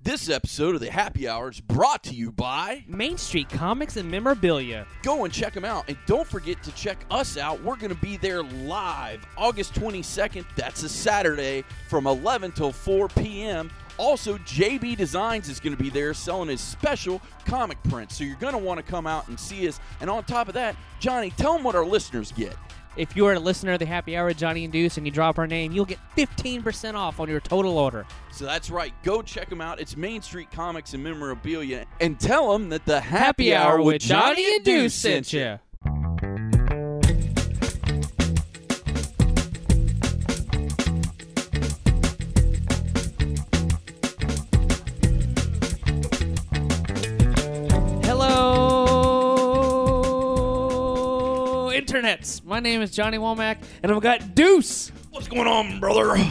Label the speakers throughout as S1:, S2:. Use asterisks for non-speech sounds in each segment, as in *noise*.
S1: This episode of the Happy Hour is brought to you by
S2: Main Street Comics and Memorabilia.
S1: Go and check them out. And don't forget to check us out. We're going to be there live August 22nd. That's a Saturday from 11 till 4 p.m. Also, JB Designs is going to be there selling his special comic prints. So you're going to want to come out and see us. And on top of that, Johnny, tell them what our listeners get.
S2: If you're a listener of the Happy Hour, Johnny and Deuce, and you drop our name, you'll get 15% off on your total order.
S1: So that's right. Go check them out. It's Main Street Comics and Memorabilia. And tell them that the Happy, Hour with Johnny, and Deuce sent you.
S2: Hello, internets. My name is Johnny Womack, and I've got Deuce.
S1: What's going on, brother?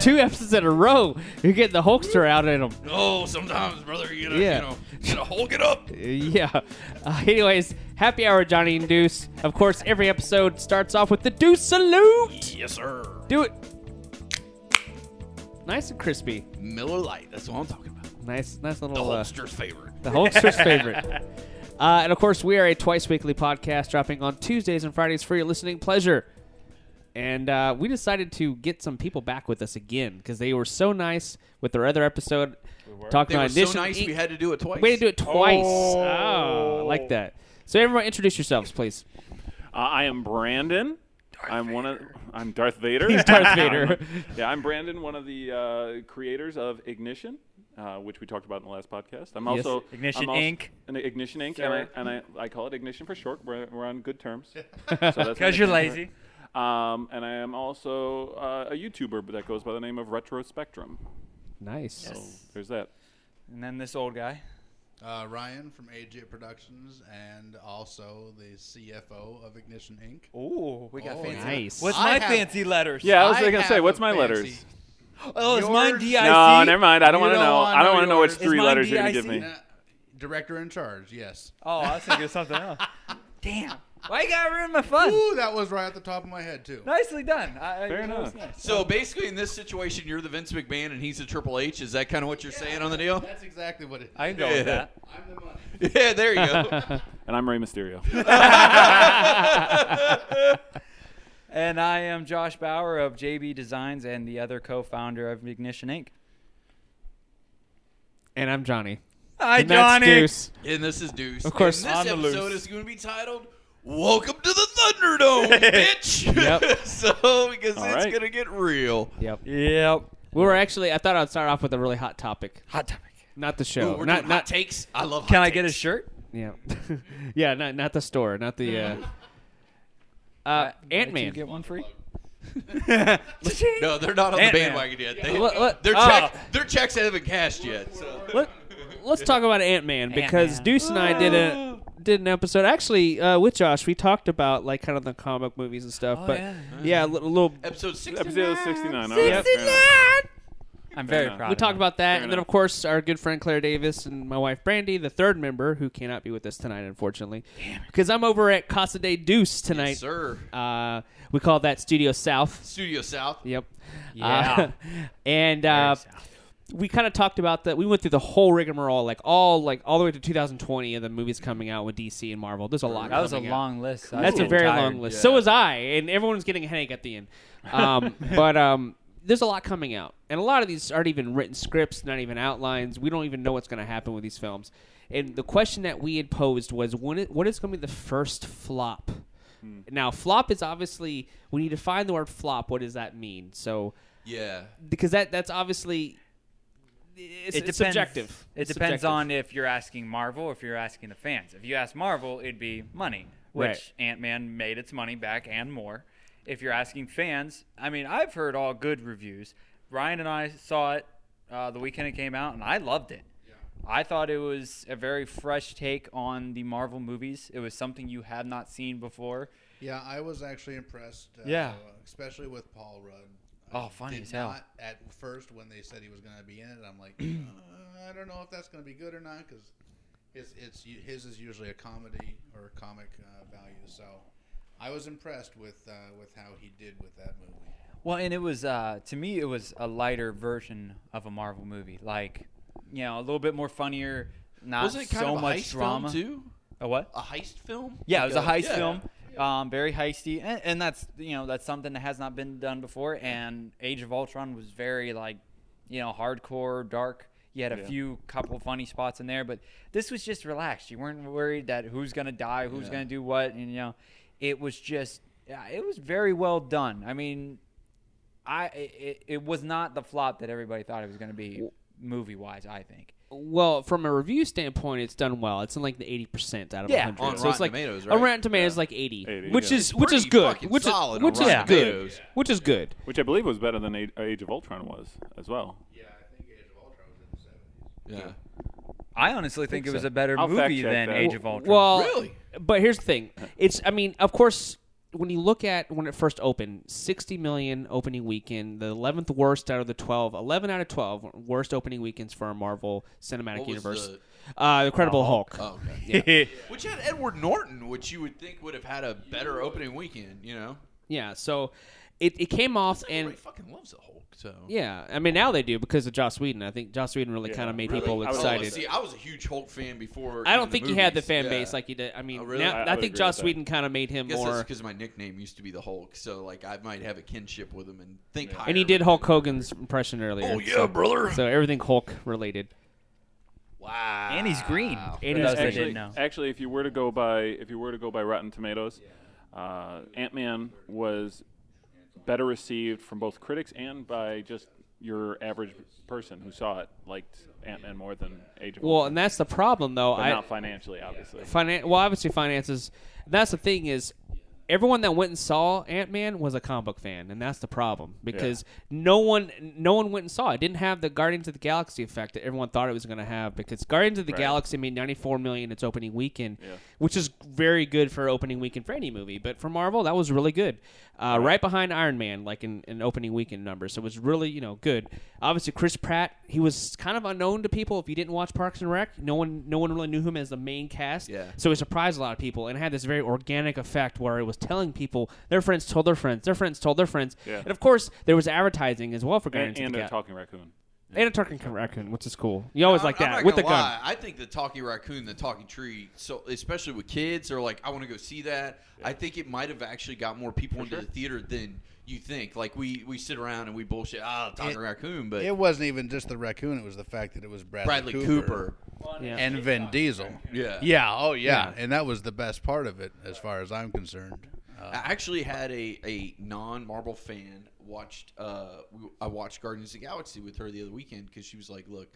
S2: Two episodes in a row. You're getting the Hulkster out in them.
S1: Oh, sometimes, brother, you know,
S2: Yeah.
S1: you know, you know, hulk it up.
S2: Yeah. Uh, anyways, happy hour, Johnny and Deuce. Of course, every episode starts off with the Deuce salute.
S1: Yes, sir.
S2: Do it. Nice and crispy.
S1: Miller Lite. That's what I'm talking about.
S2: Nice, nice little.
S1: The
S2: uh,
S1: Hulkster's favorite.
S2: The Hulkster's favorite. *laughs* Uh, and of course, we are a twice weekly podcast dropping on Tuesdays and Fridays for your listening pleasure. And uh, we decided to get some people back with us again because they were so nice with their other episode. talking
S1: They were
S2: about
S1: so
S2: addition-
S1: nice we had to do it twice.
S2: Way to do it twice. Oh, I like that. So, everyone, introduce yourselves, please.
S3: Uh, I am Brandon. I'm one of I'm Darth Vader. Um,
S2: He's
S3: *laughs*
S2: Darth Vader.
S3: yeah, I'm Brandon, one of the uh, creators of Ignition, uh, which we talked about in the last podcast. I'm
S2: Yes.
S3: also
S4: Ignition
S3: I'm also-
S4: Inc.
S3: An Ignition Inc. And, I, and I, I call it Ignition for short. We're, we're on good terms. Because
S4: Because you're lazy.
S3: Um, and I am also uh, a YouTuber but that goes by the name of Retro Spectrum.
S2: Nice.
S3: So there's that.
S4: And then this old guy.
S5: Uh, Ryan from AJ Productions and also the CFO of Ignition Inc.
S4: Ooh, we got
S5: Oh,
S4: fancy.
S2: nice.
S4: What's
S5: I
S4: my
S5: have-
S4: fancy letters?
S3: Yeah, I was
S5: I
S3: going to say,
S5: have
S3: what's
S5: a
S3: my
S5: fancy-
S3: letters?
S4: Oh, is mine
S5: Yours-
S4: D I C?
S3: No, never mind. I don't
S5: You
S3: want to
S5: don't
S3: know.
S5: wanna
S3: I don't
S5: know
S3: want to know which
S5: yours.
S4: Is
S3: three
S4: mine
S3: letters you're going to give
S4: DIC?
S3: me.
S5: Nah, director in charge, yes.
S4: Oh, I was thinking of
S3: *laughs*
S4: something else. Damn. Why you gotta ruin my fun?
S5: Ooh, that was right at the top of my head, too.
S4: Nicely done. I, I-
S3: Fair
S4: you know, it's
S3: enough.
S4: nice.
S6: So basically, in this situation, you're the Vince McMahon and he's the Triple H. Is that kind of what you're saying on
S1: *laughs*
S6: the deal?
S5: That's exactly what it is.
S4: I can go with that.
S5: I'm the money.
S6: Yeah, there you go.
S2: *laughs*
S3: And I'm Ray Mysterio.
S4: And I am Josh Bauer of JB Designs and the other co-founder of Ignition Inc.
S2: And I'm Johnny.
S4: Hi,
S2: and that's Deuce.
S6: and this is Deuce.
S2: Of course.
S6: And
S4: On
S6: this
S4: the loose.
S6: episode is going to be titled "Welcome to the
S2: *laughs*
S6: Thunderdome, bitch."
S2: Yep.
S6: *laughs* so because
S3: All
S6: it's
S3: right.
S6: going to get real.
S2: Yep.
S4: Yep.
S2: We were actually, I thought I'd start off with a really hot topic.
S4: Hot topic.
S2: Not the
S6: Ooh,
S2: show.
S6: we're
S2: not
S6: doing
S2: not
S6: hot takes. I love.
S4: Can
S6: hot
S4: I get a
S6: takes.
S4: shirt?
S2: Yeah, *laughs* yeah, not not the store, not the uh, uh, Ant
S4: Did you
S2: Man.
S4: get one free?
S2: uh,
S6: No, they're not on the
S4: Ant-Man.
S6: bandwagon yet. They,
S2: What- what-
S6: Their,
S2: oh.
S6: check, their checks haven't cashed yet. So.
S2: Let, us talk about Ant Man because
S4: Ant-Man.
S2: Deuce and I did a did an episode actually uh, with Josh. We talked about like kind of the comic movies and stuff,
S4: Oh,
S2: but
S4: yeah.
S2: yeah, a li- little.
S6: Episode six.
S3: Episode 69. All right, fair enough.
S4: I'm very
S3: enough.
S4: proud.
S2: We
S4: of
S2: talked
S4: him.
S2: about that,
S3: Fair
S2: and then
S3: enough.
S2: of course our good friend Claire Davis and my wife Brandy, the third member who cannot be with us tonight, unfortunately, because I'm over at Casa de Deuce tonight.
S6: Sir,
S2: uh, we call that Studio South.
S6: Studio South.
S2: Yep.
S4: Yeah.
S2: Uh, *laughs* and uh, we kind of talked about that. We went through the whole rigmarole, like all like all the way to 2020, and the movies coming out with DC and Marvel. There's a lot.
S4: That was a
S2: coming out.
S4: long list. I was
S2: That's a
S4: getting
S2: very
S4: tired.
S2: long list. So
S6: Yeah.
S2: was I, and everyone's getting a headache at the end. Um, but um, there's a lot coming out, and a lot of these aren't even written scripts, not even outlines. We don't even know what's going to happen with these films. And the question that we had posed was, when it, what is going to be the first flop? Now, flop is obviously when you define the word flop. What does that mean? So,
S6: Yeah.
S2: because that that's obviously it's,
S4: it
S2: it's
S4: depends.
S2: subjective.
S4: It
S2: It's
S4: depends
S2: subjective.
S4: on if you're asking Marvel or if you're asking the fans. If you ask Marvel, it'd be money, which
S2: Right.
S4: Ant Man made its money back and more. If you're asking fans, I mean, I've heard all good reviews. Ryan and I saw it uh, the weekend it came out, and I loved it. I thought it was a very fresh take on the Marvel movies. It was something you have not seen before.
S5: Yeah, I was actually impressed. Uh,
S4: Yeah.
S5: Especially with Paul Rudd.
S4: Oh,
S5: I
S4: funny
S5: did
S4: as hell.
S5: Not at first, when they said he was going to be in it, I'm like, *clears throat* uh, I don't know if that's going to be good or not because his, it's, his is usually a comedy or comic uh, value. So I was impressed with uh, with how he did with that movie.
S4: Well, and it was uh, to me, it was a lighter version of a Marvel movie, like you know, a little bit more funnier, not
S6: Wasn't it kind
S4: so
S6: of a
S4: much
S6: heist
S4: drama.
S6: film too?
S4: A what?
S6: A heist film?
S4: Yeah, it was a
S6: Like
S4: heist film, um, very heisty, and, and that's you know that's something that has not been done before. And Age of Ultron was very like, you know, hardcore, dark. You had a
S3: Yeah.
S4: few couple funny spots in there, but this was just relaxed. You weren't worried that who's gonna die, who's
S6: Yeah.
S4: gonna do what, and you know, it was just yeah, it was very well done. I mean, I it, it was not the flop that everybody thought it was gonna be movie wise. I think.
S2: Well, from a review standpoint, it's done well. It's in like the eighty percent out of
S4: Yeah,
S2: hundred.
S6: on
S2: so it's
S6: Rotten
S2: like
S6: Tomatoes,
S2: a
S6: right?
S2: Rotten Tomatoes like 80,
S3: 80,
S2: which
S3: yeah.
S2: is which is
S6: pretty
S2: good,
S6: fucking
S2: which is
S6: solid on
S2: which is
S6: Rotten
S2: good,
S6: Tomatoes.
S2: which is good.
S3: which I believe was better than Age Age of Ultron was as well.
S5: Yeah, I think Age of Ultron was in the seventies.
S6: Yeah.
S4: I honestly think, it was a better
S3: I'll
S4: movie
S3: fact-check
S4: than
S3: that.
S4: Age of Ultron.
S2: Well,
S6: Really?
S2: But here's the thing. It's I mean, of course, when you look at when it first opened, 60 million opening weekend, the 11th worst out of the 12, 11 out of 12 worst opening weekends for a Marvel Cinematic
S6: What was
S2: Universe.
S6: the-
S2: uh, Incredible Hulk.
S6: Oh, okay.
S2: Yeah.
S6: Which had Edward Norton, which you would think would have had a better opening weekend, you know?
S2: yeah, so it, it came off and
S6: Everybody fucking loves the Hulk, so.
S2: yeah, I mean now they do because of Joss Whedon. I think Joss Whedon really
S3: Yeah,
S2: kind of made
S3: really.
S2: people
S3: I
S6: I
S3: would
S6: was-
S2: excited.
S6: See, I was a huge Hulk fan before.
S2: I
S6: even
S2: don't think he had the
S6: movies.
S2: fan
S6: Yeah.
S2: base like he did. I mean,
S6: Oh, really?
S2: now,
S3: I- I
S2: I,
S3: would
S2: think
S3: agree
S2: Joss
S3: with that.
S2: Whedon kind of made him
S6: I guess
S2: more.
S6: that's because my nickname used to be the Hulk, so like I might have a kinship with him and think higher.
S2: And he did
S6: of
S2: Hulk
S6: him.
S2: Hogan's impression earlier.
S6: Oh yeah,
S2: so-
S6: brother!
S2: So everything Hulk related.
S6: Wow.
S4: and he's green.
S2: And
S4: for
S2: he's
S4: those that
S2: green.
S4: didn't
S3: Actually,
S4: know.
S3: actually, if you were to go by if you were to go by Rotten Tomatoes, uh, Ant Man was better received from both critics and by just your average person who saw it liked Ant Man more than Age of
S2: Well,
S3: Ultron.
S2: and that's the problem, though.
S3: but
S2: I
S3: not financially, obviously.
S2: finan- well, obviously finances. That's the thing is, everyone that went and saw Ant Man was a comic book fan, and that's the problem because no one, no one went and saw it. It Didn't have the Guardians of the Galaxy effect that everyone thought it was going to have because Guardians of the
S3: Right.
S2: Galaxy made ninety four million its opening weekend,
S3: Yeah.
S2: which is very good for opening weekend for any movie. But for Marvel, that was really good, uh, right. behind Iron Man, like in, in opening weekend numbers. So it was really you know good. Obviously, Chris Pratt, he was kind of unknown to people. If you didn't watch Parks and Rec, no one no one really knew him as the main cast.
S6: Yeah.
S2: So it surprised a lot of people, and it had this very organic effect where it was telling people their friends told their friends, their friends told their friends,
S3: Yeah.
S2: and of course there was advertising as well for
S3: and,
S2: Guardians
S3: and
S2: of the
S3: a
S2: Gal-
S3: talking raccoon.
S2: and a talking raccoon, which is cool. You always like
S6: I'm- I'm
S2: that
S6: not
S2: with the
S6: gonna
S2: gun.
S6: lie. I think the talking raccoon, the talking tree, so especially with kids, they're like, I want to go see that. I think it might have actually got more people into the theater than you think. Like we we sit around and we bullshit. Ah, talking
S5: It-
S6: raccoon, but
S5: It wasn't even just the raccoon; it was the fact that it was Bradley,
S6: Bradley Cooper.
S2: Yeah.
S5: and Vin Diesel.
S6: Yeah.
S5: Yeah, oh yeah.
S2: Yeah.
S5: and that was the best part of it, as far as I'm concerned.
S6: I actually had a, a non Marvel fan watched. Uh, we, I watched Guardians of the Galaxy with her the other weekend because she was like, "Look,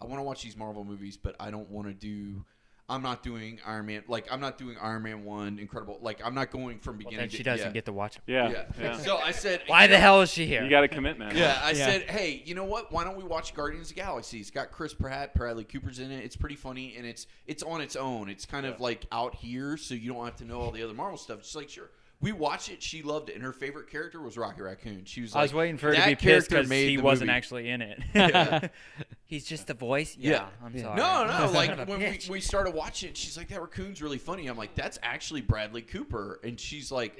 S6: I want to watch these Marvel movies, but I don't want to do. I'm not doing Iron Man. Like I'm not doing Iron Man one, Incredible. Like I'm not going from beginning.
S4: Then
S6: to,
S4: she doesn't
S6: yeah.
S4: get to watch him.
S3: Yeah,
S6: Yeah.
S3: yeah.
S6: So I said,
S4: Why the hell is she here?
S3: you got to commit, man.
S6: Yeah, I
S2: Yeah.
S6: said, hey, you know what? Why don't we watch Guardians of the Galaxy? It's got Chris Pratt, Bradley Cooper's in it. It's pretty funny, and it's it's on its own. It's kind of like out here, so you don't have to know all the other Marvel stuff. She's like, sure. We watched it. She loved it, and her favorite character was Rocket Raccoon. She was. Like,
S4: I was waiting for her to
S6: that
S4: be pissed
S6: character
S4: because
S6: made
S4: he
S6: the
S4: wasn't
S6: movie.
S4: actually in it.
S2: Yeah.
S4: *laughs* He's just the voice. Yeah,
S6: Yeah.
S4: I'm sorry.
S6: No, no.
S4: *laughs* Son of
S6: Like
S4: a
S6: when we, *laughs*
S4: bitch.
S6: we started watching it, she's like, "That raccoon's really funny." I'm like, "That's actually Bradley Cooper," and she's like,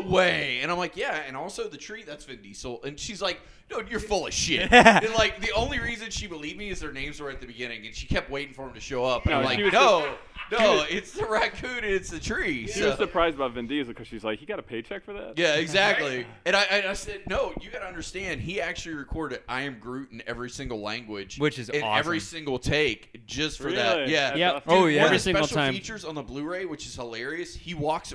S6: "No way!" And I'm like, "Yeah." And also the tree, that's Vin Diesel, and she's like, "No, you're full of shit." and like the only reason she believed me is their names were at the beginning, and she kept waiting for him to show up. And
S3: No,
S6: I'm
S3: she
S6: like,
S3: was-
S6: "No, no, it's the raccoon, and it's the tree."
S3: She
S6: So-
S3: was surprised about Vin Diesel because she's like, he got a paycheck for that.
S6: yeah, exactly. And I, and I said, no, you got to understand. He actually recorded "I Am Groot" in every single language,
S4: Which is
S6: in
S4: awesome.
S6: every single take, just for that.
S3: Really?
S6: Yeah,
S3: That's
S2: Yep.
S3: awesome.
S4: Oh,
S6: Dude,
S4: yeah.
S6: One of
S2: Every
S6: the
S2: single
S6: special
S2: time.
S6: features on the Blu-ray, which is hilarious. He walks.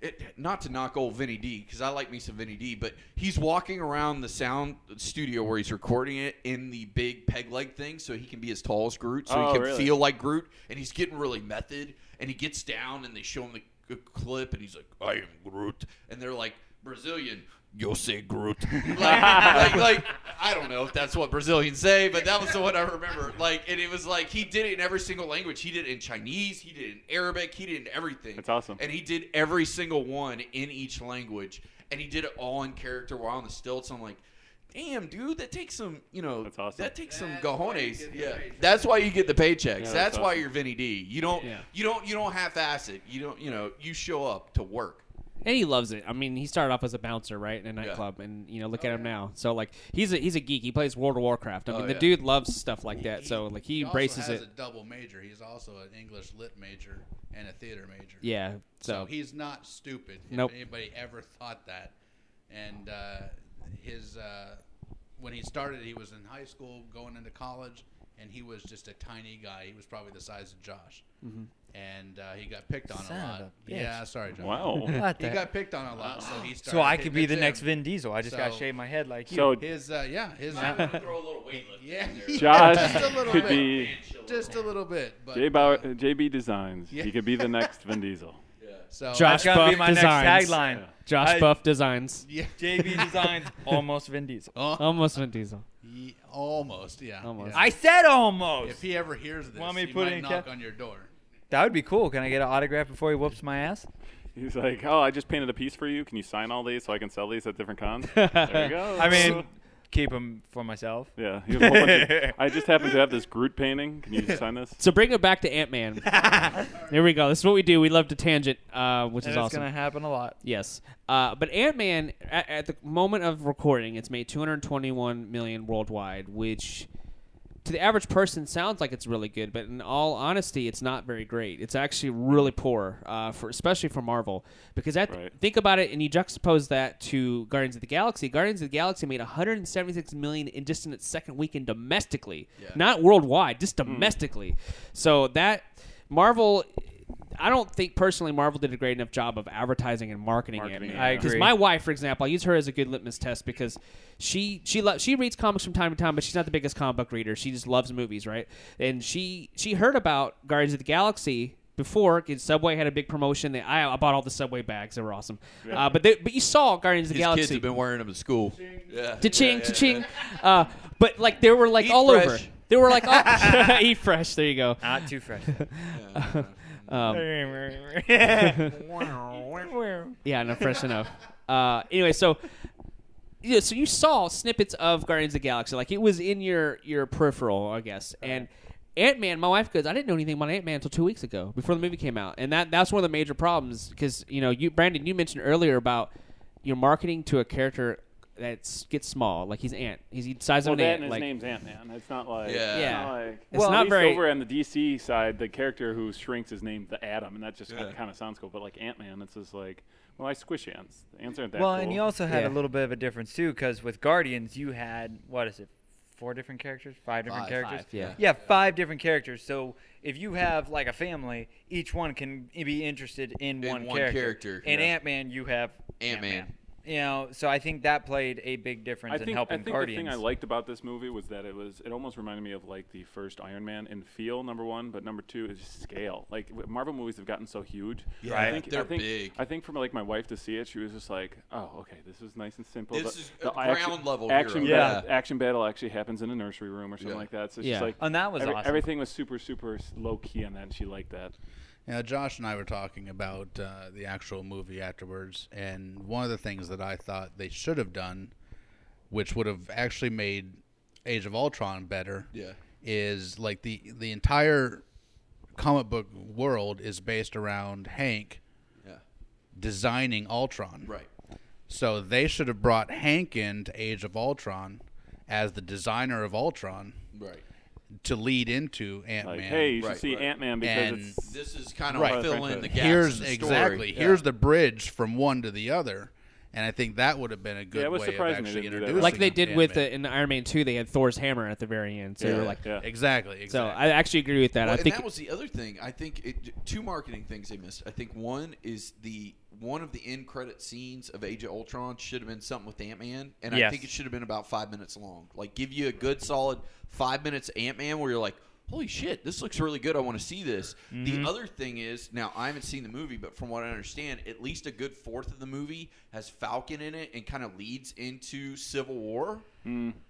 S6: It, not to knock old Vinny D because I like me some Vinny D, but he's walking around the sound studio where he's recording it in the big peg leg thing, so he can be as tall as Groot, so
S3: Oh,
S6: he can
S3: really?
S6: feel like Groot, and he's getting really method. And he gets down, and they show him the c- clip, and he's like, "I am Groot," and they're like Brazilian. Yo say Groot. *laughs* like, like, like, I don't know if that's what Brazilians say, but that was the one I remember. Like, and it was like he did it in every single language. He did it in Chinese. He did it in Arabic. He did it in everything.
S3: That's awesome.
S6: And he did every single one in each language, and he did it all in character while on the stilts. I'm like, damn, dude, that takes some, you know,
S3: That's awesome.
S6: that takes
S5: That's
S6: some
S5: why you
S6: cojones.
S5: get the
S6: Yeah,
S5: paycheck.
S6: that's why you get the paychecks. that's
S3: that's
S6: why
S3: awesome.
S6: you're Vinny D. You don't,
S2: Yeah.
S6: you don't, you don't half-ass it. You don't, you know, you show up to work.
S2: And he loves it. I mean, he started off as a bouncer, right, in a nightclub, and you know, look at him now. So like, he's a he's a geek. He plays World of Warcraft. I mean, the
S6: yeah.
S2: dude loves stuff like that. So like, he,
S5: also
S2: embraces
S5: has
S2: it.
S5: a double major. He's also an English lit major and a theater major.
S2: yeah.
S5: So
S2: So,
S5: he's not stupid. If
S2: Nope.
S5: anybody ever thought that, and uh, his uh, when he started, he was in high school, going into college, and he was just a tiny guy. He was probably the size of Josh,
S4: Mm-hmm.
S5: and uh, he got picked on
S4: Son
S5: a
S4: of
S5: lot.
S4: a bitch.
S5: Yeah, sorry, Josh.
S2: *laughs*
S3: Wow.
S4: What
S5: He
S4: the-
S5: got picked on a lot, so he started.
S4: *laughs* so I
S5: hitting
S4: could be the
S5: gym.
S4: next Vin Diesel. I just gotta
S5: So-
S4: shave my head like you.
S3: so
S5: His uh, yeah, his *laughs*
S6: Throw a little weightlifting.
S5: yeah, *laughs* just a
S3: Josh
S5: little
S3: could
S5: bit,
S3: be
S5: just a little bit, but
S3: J Bauer, uh, JB Designs.
S5: Yeah.
S3: He could be the next *laughs* Vin Diesel.
S5: so
S2: Josh
S4: that's gonna be
S2: Buff
S4: my
S2: Designs.
S4: next tagline.
S2: Josh
S4: I-
S2: Buff designs
S5: yeah,
S4: JB Designs, almost Vin Diesel.
S2: almost Vin Diesel.
S5: Ye- almost yeah,
S2: Almost.
S5: yeah.
S4: I said almost.
S5: If he ever hears this,
S4: Want me to
S5: he
S4: put it
S5: might
S4: in
S5: knock
S4: ca-
S5: on your door.
S4: that would be cool. Can I get an autograph before he whoops my ass?
S3: He's like, oh, I just painted a piece for you. Can you sign all these so I can sell these at different cons? *laughs* There you go.
S4: I mean, keep him for myself.
S3: *laughs* yeah. he has a whole bunch *laughs* of- I just happen to have this Groot painting. Can you just sign this?
S2: So bring it back to Ant Man. Here we go. This is what we do. We love to tangent, uh, which
S4: And
S2: is
S4: it's
S2: awesome.
S4: gonna happen a lot.
S2: Yes, uh, but Ant Man at, at the moment of recording, it's made 221 million worldwide, which to the average person sounds like it's really good, but in all honesty, it's not very great. It's actually really poor, uh, for especially for Marvel, because at,
S3: Right.
S2: think about it, and you juxtapose that to Guardians of the Galaxy. Guardians of the Galaxy made 176 million in just in its second weekend domestically, not worldwide,
S3: Hmm.
S2: just domestically. So that Marvel. I don't think personally Marvel did a great enough job of advertising and marketing,
S3: Marketing,
S2: it.
S3: yeah. I
S2: Because
S4: agree.
S2: my wife, for example, I use her as a good litmus test because she she lo- she reads comics from time to time, but she's not the biggest comic book reader. She just loves movies, right? And she she heard about Guardians of the Galaxy before. 'cause Subway had a big promotion. They, I, I bought all the Subway bags; they were awesome. Uh, but they, but you saw Guardians of the
S6: His
S2: Galaxy.
S6: kids have been wearing them at school. Yeah.
S2: Cha-ching,
S6: Yeah, yeah,
S2: cha-ching. Uh, but like they were like
S6: Eat
S2: all
S6: fresh.
S2: over. They were
S6: *laughs*
S2: like all- *laughs* eat fresh. There you go.
S4: Not too fresh.
S2: Um,
S4: That's
S2: Yeah, no, fresh enough. Uh, anyway, so yeah, so you saw snippets of Guardians of the Galaxy, like it was in your your peripheral, I guess. And Ant Man, my wife goes, I didn't know anything about Ant Man until two weeks ago, before the movie came out, and that that's one of the major problems because you know you Brandon, you mentioned earlier about your marketing to a character that gets small, like he's Ant, he's the size
S3: Well,
S2: of
S3: that
S2: an ant,
S3: and his
S2: like
S3: name's Ant Man. It's not like
S6: Yeah.
S3: It's
S2: Yeah.
S3: not, like,
S2: It's
S3: well,
S2: not
S3: at least
S2: very-
S3: over on the DC side, the character who shrinks his name the Atom, and that just kind of sounds cool. But like Ant Man, it's just like, well, I squish ants. The ants aren't that
S4: well,
S3: cool.
S4: and you also had
S2: Yeah.
S4: a little bit of a difference too, because with Guardians you had what is it, four different characters, five different
S6: Five.
S4: characters?
S2: Five, yeah.
S4: yeah, five different characters. So if you have like a family, each one can be interested in,
S6: In
S4: one,
S6: one character,
S4: In
S6: yeah.
S4: Ant Man, you have
S6: Ant-Man.
S4: You know, so I think that played a big difference
S3: I
S4: in
S3: think, I
S4: helping
S3: think the
S4: Guardians.
S3: thing I liked about this movie was that it was it almost reminded me of like the first Iron Man in feel number one, but number two is scale. Like w- Marvel movies have gotten so huge.
S6: Yeah,
S3: I
S6: Right.
S3: think, I
S6: they're
S3: think,
S6: big.
S3: I think for like my wife to see it, she was just like, "Oh, okay, this is nice and simple."
S6: This
S3: The-
S6: is
S3: the
S6: a ground
S3: action,
S6: level
S3: action.
S6: hero.
S3: bat-
S6: Yeah.
S3: action battle actually happens in a nursery room or something
S6: Yeah.
S3: like that. So
S2: Yeah.
S3: she's like,
S4: And that was awesome.
S3: everything was super super s- low key on that, and she liked that.
S5: Now, Josh and I were talking about uh, the actual movie afterwards, and one of the things that I thought they should have done, which would have actually made Age of Ultron better,
S6: Yeah.
S5: is like the the entire comic book world is based around Hank
S6: Yeah.
S5: designing Ultron.
S6: Right.
S5: So they should have brought Hank into Age of Ultron as the designer of Ultron
S6: Right.
S5: to lead into Ant
S3: Like,
S5: Man.
S3: hey, you should
S6: Right,
S3: see
S6: right.
S3: Ant Man because
S5: And
S3: it's
S6: This is kind of
S5: Right.
S6: fill in the gaps.
S5: here's
S6: in the story.
S5: exactly here's the bridge from one to the other and i think that would have been a good
S3: Yeah, it was
S5: way of
S3: surprising they
S5: actually
S3: didn't do that.
S5: introducing
S2: like they
S5: them to
S2: did with uh,
S5: Ant-Man.
S2: in Iron Man two, they had Thor's hammer at the very end, so they were like.
S3: yeah.
S5: exactly, exactly
S2: So I actually agree with that.
S6: Well,
S2: I think
S6: and that was the other thing. I think it, two marketing things they missed. I think one is the one of the end credit scenes of Age of Ultron should have been something with Ant Man, and I
S4: Yes.
S6: think it should have been about five minutes long. Like give you a good solid five minutes Ant Man where you're like, holy shit, this looks really good. I want to see this.
S2: Mm-hmm.
S6: The other thing is now I haven't seen the movie, but from what I understand, at least a good fourth of the movie has Falcon in it and kind of leads into Civil War.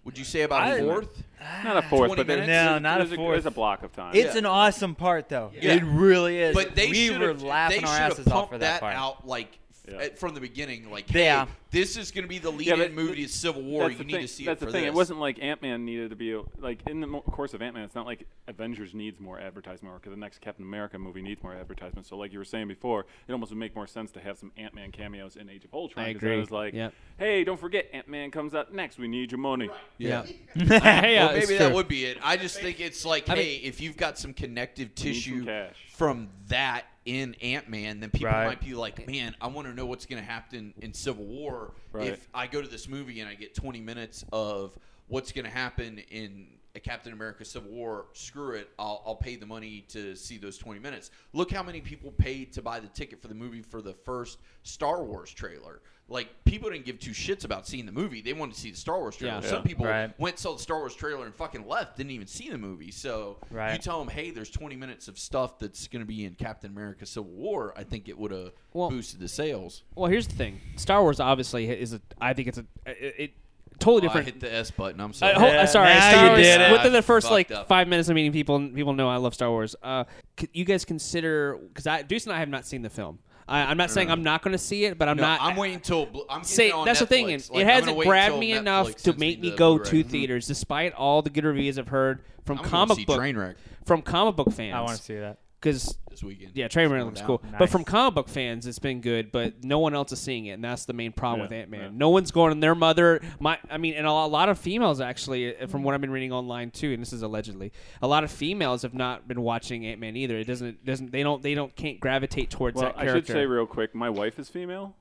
S6: Would you say about
S4: I-
S6: a fourth?
S3: not a fourth,
S6: 20
S3: but
S6: minutes?
S3: there's,
S4: No,
S3: there's-
S4: "Ah, not a
S3: there's
S4: fourth.
S3: there's a block of time.
S4: it's
S6: Yeah.
S4: an awesome part, though.
S6: Yeah.
S4: It really is.
S6: But they
S4: we
S6: should
S4: were
S6: have
S4: laughing
S6: they
S4: our
S6: should have
S4: asses off
S6: pumped
S4: for that, part.
S6: out like f-
S3: Yeah.
S6: at- from the beginning. Like,
S4: Yeah.
S6: hey, This is going to be the
S3: Yeah,
S6: lead-in
S3: but
S6: movie
S3: th-
S6: to Civil War.
S3: That's
S6: You
S3: the
S6: need
S3: thing.
S6: to see
S3: That's
S6: it for
S3: the thing.
S6: this.
S3: It wasn't like Ant Man needed to be like in the mo- course of Ant Man. It's not like Avengers needs more advertisement, or 'cause the next Captain America movie needs more advertisement. So, like you were saying before, it almost would make more sense to have some Ant Man cameos in Age of Ultron.
S2: I
S3: 'cause then
S2: agree.
S3: It's like,
S2: Yep.
S3: hey, don't forget Ant Man comes out next. We need your money.
S2: *laughs* Yeah.
S6: Well, maybe that would be it. I just think it's like,
S2: uh, I mean-
S6: hey, if you've got some connective
S3: need some
S6: tissue
S3: cash.
S6: from that in Ant Man, then people
S4: Right.
S6: might be like, man, I want to know what's going to happen in Civil War
S3: Right.
S6: if I go to this movie and I get 20 minutes of what's going to happen in a Captain America Civil War. Screw it. I'll, I'll pay the money to see those 20 minutes. Look how many people paid to buy the ticket for the movie for the first Star Wars trailer. Like, people didn't give two shits about seeing the movie. They wanted to see the Star Wars trailer.
S2: Yeah.
S6: Some
S3: Yeah.
S6: people
S4: Right.
S6: went saw the Star Wars trailer and fucking left, didn't even see the movie. So you
S4: Right.
S6: tell them, hey, there's 20 minutes of stuff that's going to be in Captain America: Civil War. I think it would have
S2: Well-
S6: boosted the sales.
S2: Well, here's the thing. Star Wars obviously is a. I think it's a. It, it totally
S6: Oh, I
S2: different.
S6: hit the S button. I'm
S2: Uh,
S6: sorry.
S2: ho- uh,
S4: Yeah,
S2: sorry,
S4: now
S2: Star
S4: you
S2: Wars.
S4: did it.
S2: Within the first
S6: Fucked
S2: like
S6: up.
S2: five minutes of meeting people, people know I love Star Wars. Uh, c- you guys consider because I Deuce and I have not seen the film. I, I'm not saying I'm not going to see it, but I'm
S6: Mm. No,
S2: not.
S6: I'm waiting till bl- I'm getting
S2: say
S6: it on
S2: that's the thing.
S6: Netflix.
S2: It,
S6: Like,
S2: it
S6: I'm
S2: hasn't
S6: gonna wait
S2: grabbed
S6: till
S2: me
S6: Netflix
S2: enough to
S6: sends
S2: make me
S6: the
S2: go
S6: Blu-ray.
S2: to theaters, despite all the good reviews I've heard from
S6: I'm gonna see
S2: comic book
S6: Trainwreck
S2: from comic book
S4: I want to
S2: fans.
S4: see that.
S2: Because
S6: this weekend.
S2: yeah, Trainwreck
S6: It's
S2: looks
S6: going
S2: cool,
S6: down.
S2: but from comic book fans, it's been good. But no one else is seeing it, and that's the main problem
S3: Yeah,
S2: with Ant Man.
S3: yeah.
S2: No one's going. Their mother, my, I mean, and a lo- a lot of females actually, uh, from what I've been reading online too, and this is allegedly, a lot of females have not been watching Ant Man either. It doesn't, doesn't, they don't, they don't, can't gravitate towards
S3: Well,
S2: that
S3: I
S2: character.
S3: should say real quick, my wife is female.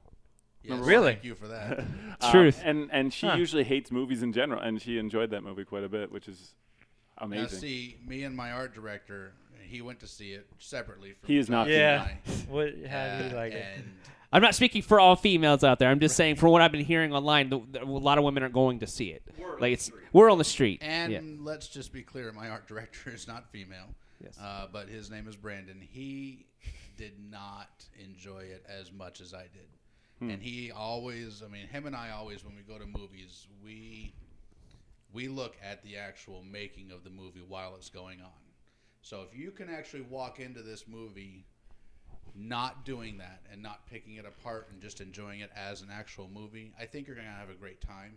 S5: Yes,
S4: Really?
S5: Thank you
S3: *laughs*
S5: for that.
S3: Um,
S2: Truth.
S3: and and she usually hates movies in general, and she enjoyed that movie quite a bit, which is
S5: Now,
S3: amazing.
S5: see, me and my art director, he went to see it separately. From
S3: He is not
S5: Jonathan
S4: Yeah.
S5: and I.
S4: *laughs* What? How
S6: *laughs*
S4: do
S5: Uh,
S4: you like it?
S5: and
S2: I'm not speaking for all females out there. I'm just saying, from what I've been hearing online, the, the, a lot of women are going to see it. like it's, we're on the street.
S5: And
S2: yeah.
S5: let's just be clear: my art director *laughs* is not female,
S2: Yes.
S5: uh, but his name is Brandon. He did not enjoy it as much as I did,
S2: Hmm.
S5: and he always, I mean, him and I always, when we go to movies, we we look at the actual making of the movie while it's going on. So if you can actually walk into this movie not doing that and not picking it apart and just enjoying it as an actual movie, I think you're going to have a great time.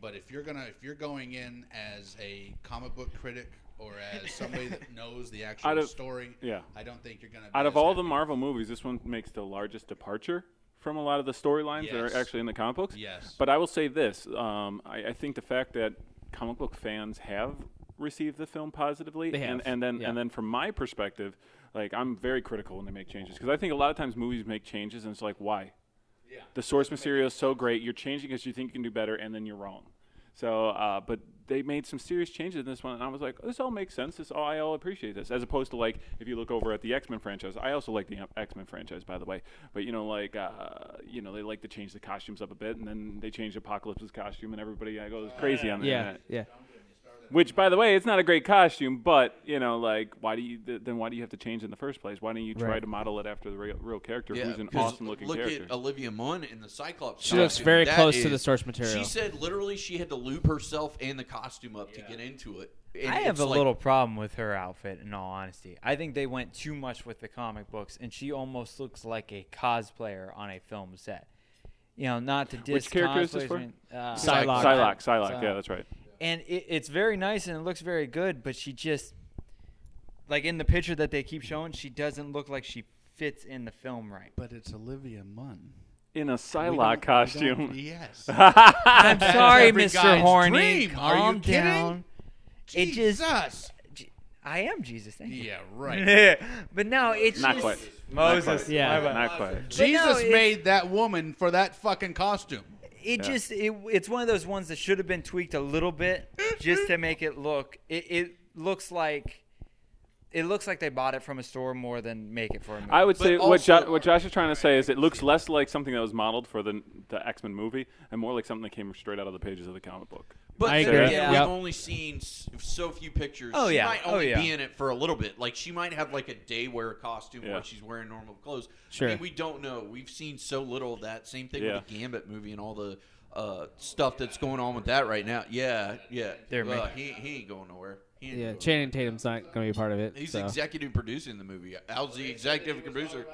S5: But if you're gonna if you're going in as a comic book critic or as somebody
S3: *laughs*
S5: that knows the actual
S3: Out of-
S5: story,
S3: yeah.
S5: I don't think you're gonna. Be
S3: out of
S5: as
S3: all
S5: happy.
S3: the Marvel movies, this one makes the largest departure from a lot of the storylines that
S5: Yes.
S3: are actually in the comic books.
S5: Yes.
S3: But I will say this: um, I, I think the fact that comic book fans have received the film positively,
S2: They
S3: and,
S2: have,
S3: and then
S2: yeah.
S3: and then from my perspective, like I'm very critical when they make changes because I think a lot of times movies make changes and it's like why? Yeah. The source material is so great, you're changing because you think you can do better, and then you're wrong. So, uh, but they made some serious changes in this one, and I was like, this all makes sense. This all I all appreciate this, as opposed to like if you look over at the X Men franchise. I also like the X Men franchise, by the way. But you know, like uh, you know, they like to change the costumes up a bit, and then they changed Apocalypse's costume, and everybody uh, goes crazy on the
S2: yeah,
S3: internet.
S2: yeah.
S3: Which, by the way, it's not a great costume, but you know, like, why do you th- then? Why do you have to change in the first place? Why don't you try
S2: Right.
S3: to model it after the real, real character, who's an
S6: 'cause
S3: awesome looking
S6: look
S3: character?
S6: at Olivia Munn in the Cyclops.
S2: She looks
S6: costume.
S2: very
S6: That
S2: close to the
S6: is-
S2: source material.
S6: She said literally she had to lube herself and the costume up to get into it. And
S4: I have
S6: it's
S4: a
S6: like-
S4: little problem with her outfit, in all honesty. I think they went too much with the comic books, and she almost looks like a cosplayer on a film set. You know, not to diss
S3: Which character is this
S4: cosplayers
S3: for?
S4: or anything, Uh,
S2: Psylocke.
S3: Psylocke, Psylocke, yeah, that's right.
S4: And it, it's very nice and it looks very good, but she just, like in the picture that they keep showing, she doesn't look like she fits in the film right.
S5: But it's Olivia Munn.
S3: In a
S5: We don't- we
S3: Psylocke *laughs*
S5: don't-
S3: costume.
S5: Yes.
S4: *laughs* I'm sorry,
S5: every
S4: Mr.
S5: guy's
S4: Horny.
S5: dream. Are you
S4: Calm
S5: kidding?
S4: down. It just-
S5: Jesus.
S4: J- I am Jesus. Thank you.
S5: Yeah.
S3: *laughs*
S5: Right.
S4: *laughs* Yeah. but no, it's
S3: Not
S4: just
S3: quite. Oh,
S4: Moses.
S2: Yeah.
S4: my bad.
S3: Not quite.
S5: Jesus
S4: it's-
S5: made that woman for that fucking costume.
S4: It just it, it's one of those ones that should have been tweaked a little bit just to make it look it, it looks like it looks like they bought it from a store more than make it for a movie.
S3: I would
S6: But
S3: say what, jo-
S6: also-
S3: what Josh is trying to say is it looks less like something that was modeled for the, the X Men movie and more like something that came straight out of the pages of the comic book.
S6: But
S2: I
S6: then
S3: agree.
S6: again,
S2: Yep.
S6: we've only seen s- so few pictures.
S4: Oh,
S6: she
S4: yeah.
S6: might
S4: Oh,
S6: only
S4: yeah.
S6: be in it for a little bit. Like she might have like a day wear costume
S3: Yeah.
S6: where she's wearing normal clothes.
S2: Sure.
S6: I mean, we don't know. We've seen so little of that. Same thing
S3: Yeah.
S6: with the Gambit movie and all the uh, stuff that's going on with that right now. Yeah, yeah.
S4: They're
S6: Well,
S4: making-
S6: he, he ain't going nowhere. He ain't
S2: Yeah,
S6: going
S2: Channing Tatum's not going to be a part of it.
S6: He's
S2: so.
S6: executive producing the movie. Al's the executive producer.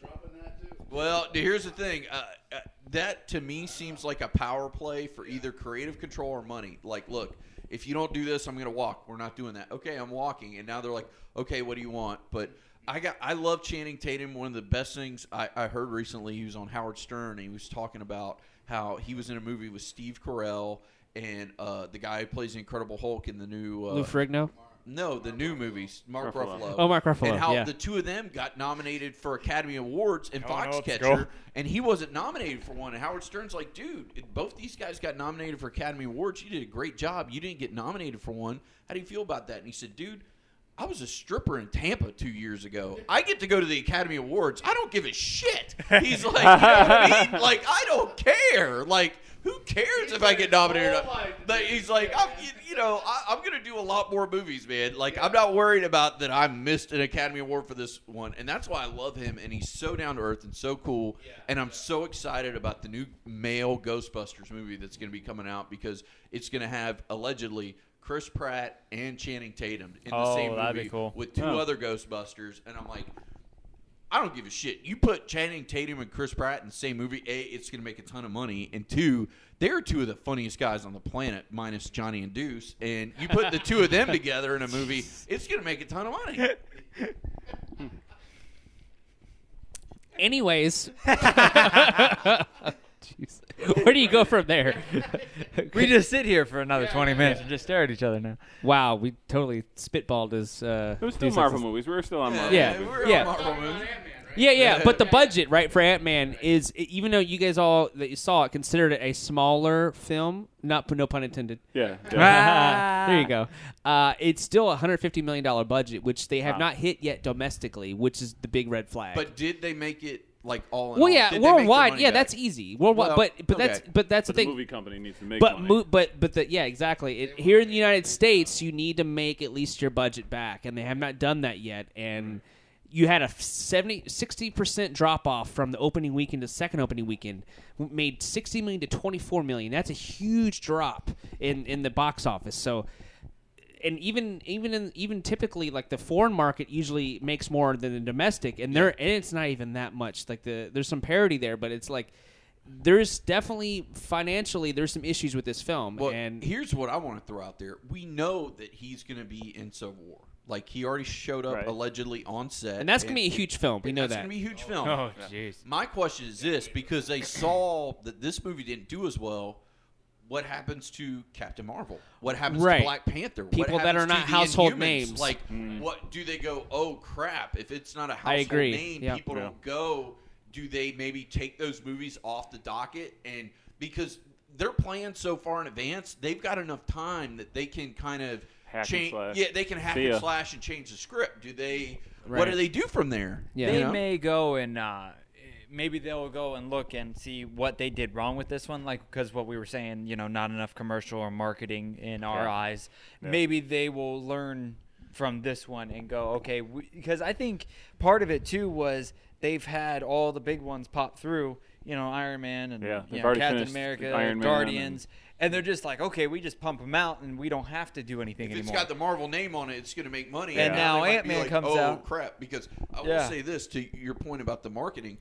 S5: Dropping that too.
S6: Well, d- here's the thing. Uh, uh, that to me seems like a power play for either creative control or money. Like, look, if you don't do this, I'm going to walk. We're not doing that. Okay, I'm walking. And now they're like, okay, what do you want? But I got, I love Channing Tatum. One of the best things I, I heard recently, he was on Howard Stern and he was talking about how he was in a movie with Steve Carell and uh, the guy who plays the Incredible Hulk in the new uh,
S2: Lou Ferrigno.
S6: no, the new movies, Mark
S3: Ruffalo.
S6: Ruffalo.
S2: Oh, Mark Ruffalo,
S6: And how
S2: yeah.
S6: the two of them got nominated for Academy Awards in
S4: don't know what's
S6: Foxcatcher,
S4: going-
S6: and he wasn't nominated for one. And Howard Stern's like, dude, if both these guys got nominated for Academy Awards. You did a great job. You didn't get nominated for one. How do you feel about that? And he said, dude. I was a stripper in Tampa two years ago. I get to go to the Academy Awards. I don't give a shit. He's like, you know what I mean? Like, I don't care. Like, who cares if I get nominated? or not? But he's like, I'm, you, you know, I, I'm gonna do a lot more movies, man. Like, I'm not worried about that. I missed an Academy Award for this one, and that's why I love him. And he's so down to earth and so cool. and I'm so excited about the new male Ghostbusters movie that's gonna be coming out because it's gonna have allegedly. Chris Pratt and Channing Tatum in the
S4: Oh,
S6: same
S4: that'd be
S6: movie
S4: cool.
S6: with two
S3: Oh.
S6: other Ghostbusters, and I'm like, I don't give a shit. You put Channing Tatum and Chris Pratt in the same movie, A, it's going to make a ton of money. And two, they're two of the funniest guys on the planet, minus Johnny and Deuce. And you put the two of them together in a movie, it's going to make a ton of money.
S2: *laughs* Anyways, Jeez. where do you go from *laughs* there?
S4: We just sit here for another 20 minutes and just stare at each other now.
S2: wow, we totally spitballed his. Uh,
S3: It was still
S2: these
S3: Marvel
S2: sexes.
S3: movies. We were still on Marvel.
S2: Yeah.
S3: movies.
S6: We're
S2: Yeah.
S6: on Marvel movies.
S2: Yeah, yeah,
S6: *laughs*
S2: but the budget, right, for Ant Man is even though you guys all that you saw it considered it a smaller film, not no pun
S6: *laughs*
S2: intended. *laughs*
S3: Yeah. yeah.
S2: Ah,
S6: Ah.
S2: there you go. Uh, it's still a hundred fifty million dollar budget, which they have
S3: Wow.
S2: not hit yet domestically, which is the big red flag.
S6: But did they make it like all in
S2: well,
S6: all?
S2: yeah,
S6: Did they make their
S2: worldwide,
S6: money
S2: yeah,
S6: back?
S2: that's easy. Worldwide,
S6: Well,
S2: but but that's
S6: okay.
S2: but that's
S3: But
S2: the
S3: the
S2: thing.
S3: movie company needs to make
S2: But
S3: money.
S2: mo- but but the yeah, exactly. It, here in the United States, you need to make at least your budget back, and they have not done that yet. And you had a 70 60 percent drop off from the opening weekend to second opening weekend, w- made sixty million to twenty four million. That's a huge drop in in the box office. So. And even even in, even typically like the foreign market usually makes more than the domestic, and there and it's not even that much. Like the there's some parity there, but it's like there's definitely financially there's some issues with this film
S6: Well,
S2: and
S6: here's what I want to throw out there. We know that he's going to be in Civil War. Like he already showed up
S3: Right.
S6: allegedly on set,
S2: and that's gonna be a huge film we know
S6: that's
S2: that
S6: going to be a huge film.
S4: Oh, jeez.
S6: My question is this: because they saw that this movie didn't do as well, what happens to Captain Marvel? What happens
S2: Right.
S6: to Black Panther? What
S2: People that
S6: happens
S2: are
S6: to
S2: not
S6: the
S2: household
S6: Inhumans?
S2: names.
S6: Like,
S3: Hmm.
S6: what do they go? Oh crap! If it's not a household
S2: I agree.
S6: name,
S2: Yeah.
S6: people
S3: Yeah.
S6: don't go. Do they maybe take those movies off the docket? And because they're planned so far in advance, they've got enough time that they can kind of
S3: Hack and
S6: change.
S3: slash.
S6: Yeah, they can hack
S3: See
S6: and
S3: ya.
S6: slash and change the script. Do they? What
S2: Right.
S6: do they do from there?
S2: Yeah.
S4: They
S6: You know?
S4: may go and uh, maybe they'll go and look and see what they did wrong with this one, like because what we were saying, you know, not enough commercial or marketing in our
S3: Yeah.
S4: eyes. Maybe they will learn from this one and go, okay, because I think part of it too was they've had all the big ones pop through. You know, Iron Man and
S3: Yeah,
S4: you
S3: they've
S4: know,
S3: already
S4: Captain
S3: finished
S4: America,
S3: Iron Man and-
S4: Guardians, and, they're just like, okay, we just pump them out and we don't have to do anything
S6: If it's
S4: anymore.
S6: got the Marvel name on it, it's going to make money.
S4: And now
S6: they might be
S4: Ant-Man
S6: like,
S4: comes
S6: oh,
S4: out."
S6: crap! Because I
S4: Yeah.
S6: will say this to your point about the marketing,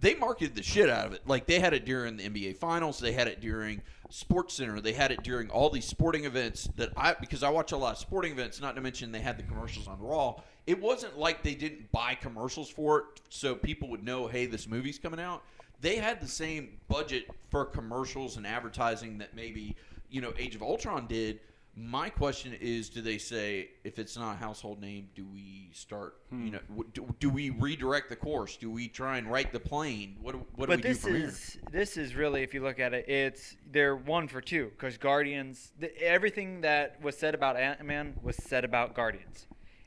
S6: they marketed the shit out of it. Like they had it during the NBA Finals, they had it during Sports Center, they had it during all these sporting events that I because I watch a lot of sporting events. Not to mention they had the commercials on Raw. It wasn't like they didn't buy commercials for it, so people would know, hey, this movie's coming out. They had the same budget for commercials and advertising that maybe you know Age of Ultron did. My question is, do they say if it's not a household name, do we start?
S2: Hmm.
S6: You know, w- do, do we redirect the course? Do we try and right the plane? What do, what do we
S4: but
S6: do
S4: this
S6: from here?
S4: is this is really if you look at it it's they're one for two because guardians th- everything that was said about ant-man was said about guardians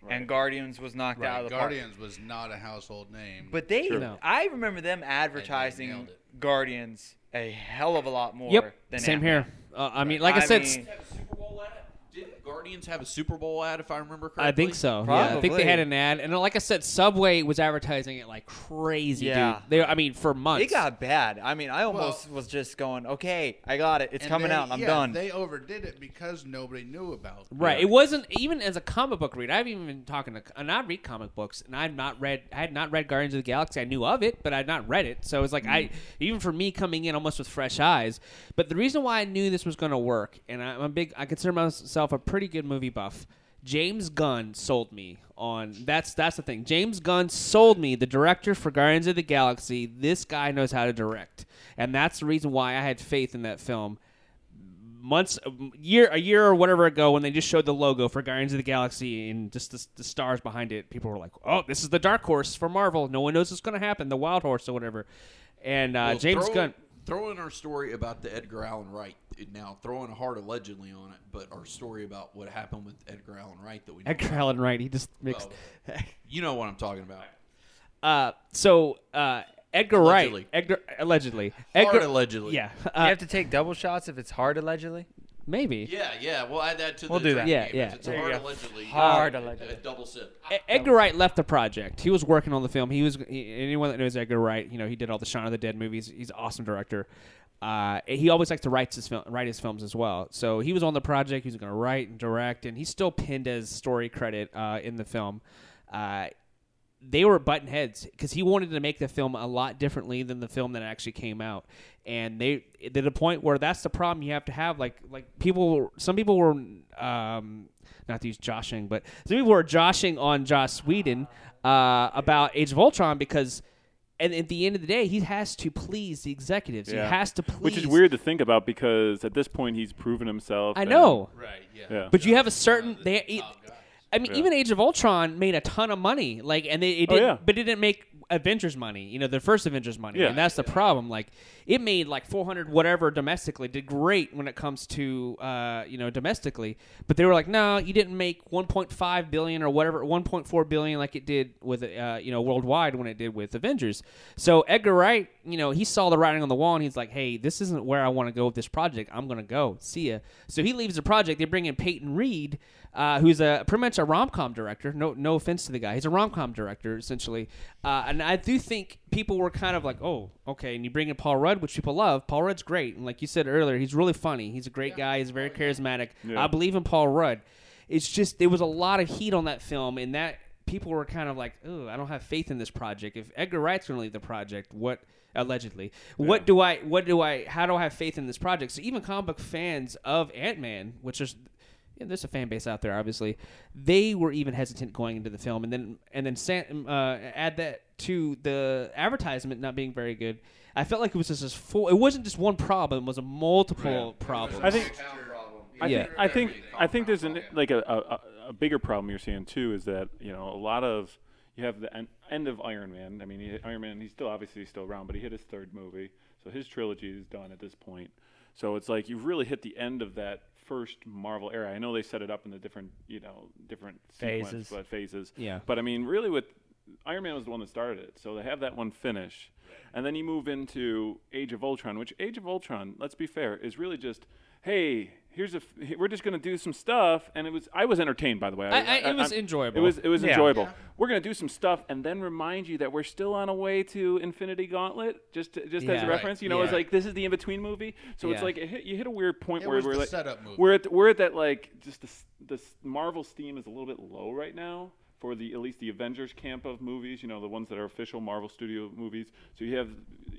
S4: and guardians was knocked out of the park.
S5: Guardians was not a household name.
S4: but they
S2: No.
S4: i remember them advertising
S5: nailed it.
S4: guardians a hell of a lot more
S2: yep
S4: than
S2: same
S4: Ant-Man.
S2: here uh, i mean like i,
S4: I
S2: said
S4: mean-
S2: s-
S6: Super Bowl ad? Didn't Guardians have a Super Bowl ad, if I remember correctly?
S2: I think so. Uh, Yeah, I think they
S4: Probably.
S2: had an ad, and like I said, Subway was advertising it like crazy,
S4: Yeah.
S2: dude. They, I mean, for months.
S4: It got bad. I mean, I almost was just going, okay, I got it. It's
S5: And
S4: coming
S5: they-
S4: out. and I'm
S5: yeah,
S4: done.
S5: They overdid it because nobody knew about. it.
S2: Right. It wasn't even as a comic book read. I've even been talking to, and I read comic books, and I've not read, I had not read Guardians of the Galaxy. I knew of it, but I'd not read it. So it's like I, even for me coming in almost with fresh eyes. But the reason why I knew this was going to work, and I'm a big, I consider myself a pretty good movie buff. James Gunn sold me on that's that's the thing. James Gunn sold me the director for Guardians of the Galaxy. This guy knows how to direct, and that's the reason why I had faith in that film months year a year or whatever ago when they just showed the logo for Guardians of the Galaxy and just the, the stars behind it people were like oh this is the dark horse for Marvel no one knows what's going to happen the wild horse or whatever and uh,
S6: Well,
S2: James
S6: throw,
S2: Gunn
S6: Throw in our story about the Edgar Allan Wright. Now, throwing hard allegedly on it, but our story about what happened with Edgar Allan Wright that we know
S2: Edgar
S6: about.
S2: Allan Wright he just mixed
S6: You know what I'm talking about.
S2: uh, so uh, Edgar Wright
S6: Oh. Allegedly.
S2: Edgar allegedly
S6: Hard
S2: Edgar
S6: allegedly.
S2: yeah
S4: you
S2: uh,
S4: have to take double shots if it's hard, allegedly.
S2: maybe
S6: Yeah, yeah. We'll add that to
S4: We'll
S6: the
S4: do
S6: drink
S2: that. Yeah,
S6: game.
S2: yeah.
S6: It's- It's
S4: There
S6: a
S4: you
S6: hard
S4: go.
S6: allegedly.
S4: Hard
S6: A-
S4: allegedly.
S6: A double sip. *laughs*
S2: E- Edgar Wright left the project. He was working on the film. He was he, anyone that knows Edgar Wright, you know, he did all the Shaun of the Dead movies. He's an awesome director. Uh, he always likes to write his film, write his films as well. So he was on the project. He was going to write and direct, and he's still pinned as story credit uh, in the film. Uh, they were button heads because he wanted to make the film a lot differently than the film that actually came out and they to the point where that's the problem you have to have like like people some people were um not to use joshing but some people were joshing on josh sweden uh about age of ultron because and at the end of the day he has to please the executives
S3: Yeah.
S2: he has to please
S3: Which is weird to think about because at this point he's proven himself.
S2: i
S3: and-
S2: know
S5: Right. Yeah.
S3: Yeah.
S2: but you have a certain they. It, I mean,
S3: Yeah.
S2: even Age of Ultron made a ton of money, like, and they it
S3: Oh,
S2: didn't,
S3: yeah.
S2: but it didn't make Avengers money. You know, the first Avengers money,
S3: Yeah.
S2: and that's the problem. Like, it made like four hundred whatever domestically, did great when it comes to uh, you know domestically, but they were like, no, you didn't make one point five billion or whatever, one point four billion like it did with uh, you know worldwide when it did with Avengers. So Edgar Wright, you know, he saw the writing on the wall, and he's like, hey, this isn't where I want to go with this project. I'm gonna go. See ya. So he leaves the project. They bring in Peyton Reed uh, who's a pretty much a rom com director. No, no offense to the guy, he's a rom com director essentially. Uh, and I do think people were kind of like, oh, okay. And you bring in Paul Rudd, which people love. Paul Rudd's great, and like you said earlier, he's really funny. He's a great guy. He's very charismatic.
S3: Yeah.
S2: I believe in Paul Rudd. It's just there was a lot of heat on that film, and that people were kind of like, oh, I don't have faith in this project. If Edgar Wright's going to leave the project, what? Allegedly, what do I? What do I? How do I have faith in this project? So even comic book fans of Ant Man, which is yeah, there's a fan base out there, obviously. They were even hesitant going into the film, and then and then San, uh, add that to the advertisement not being very good. I felt like it was just this full. It wasn't just one problem; it was a multiple problem.
S3: I think I
S2: Yeah.
S3: think I think I think there's an, like a, a- a, a bigger problem you're seeing too is that you know a lot of you have the en- end of Iron Man. I mean, he, Iron Man he's still obviously he's still around, but he hit his third movie, so his trilogy is done at this point. So it's like you've really hit the end of that first Marvel era. I know they set it up in the different you know different sequence,
S4: Phases.
S3: but phases.
S2: Yeah.
S3: But I mean, really, with Iron Man was the one that started it, so to have that one finish, and then you move into Age of Ultron, which Age of Ultron, let's be fair, is really just, hey, here's a, f- we're just gonna do some stuff, and it was, I was entertained by the way.
S2: I- I- it was enjoyable.
S3: It was, it was
S4: Yeah.
S3: enjoyable. We're gonna do some stuff, and then remind you that we're still on a way to Infinity Gauntlet, just, to, just as
S2: Yeah.
S3: a reference. You know, it's
S2: Yeah.
S3: like this is the in between movie, so it's
S2: Yeah.
S3: like it hit, you hit a weird point
S5: It
S3: where
S5: was
S3: we're
S5: the
S3: like,
S5: setup movie.
S3: we're at, the, we're at that like just the, s- the s- Marvel steam is a little bit low right now for the at least the Avengers camp of movies. You know, the ones that are official Marvel studio movies. So you have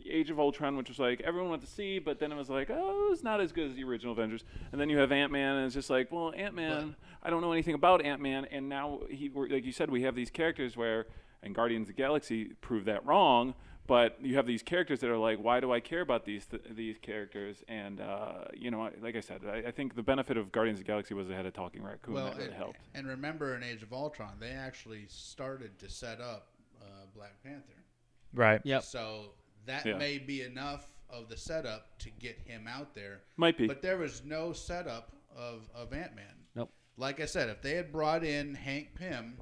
S3: Age of Ultron, which was like everyone went to see, but then it was like, oh, it's not as good as the original Avengers. And then you have Ant Man, and it's just like, well, Ant Man, I don't know anything about Ant Man, and now he, we're, like you said, we have these characters where, and Guardians of the Galaxy proved that wrong. But you have these characters that are like, why do I care about these th- these characters? And uh, you know, I, like I said, I, I think the benefit of Guardians of the Galaxy was it had a talking raccoon
S5: Well,
S3: that really
S5: and,
S3: helped.
S5: and remember, in Age of Ultron, they actually started to set up uh, Black Panther.
S4: Right.
S2: Yep.
S5: So that
S3: Yeah.
S5: may be enough of the setup to get him out there.
S3: Might be.
S5: But there was no setup of, of Ant Man.
S2: Nope.
S5: Like I said, if they had brought in Hank Pym,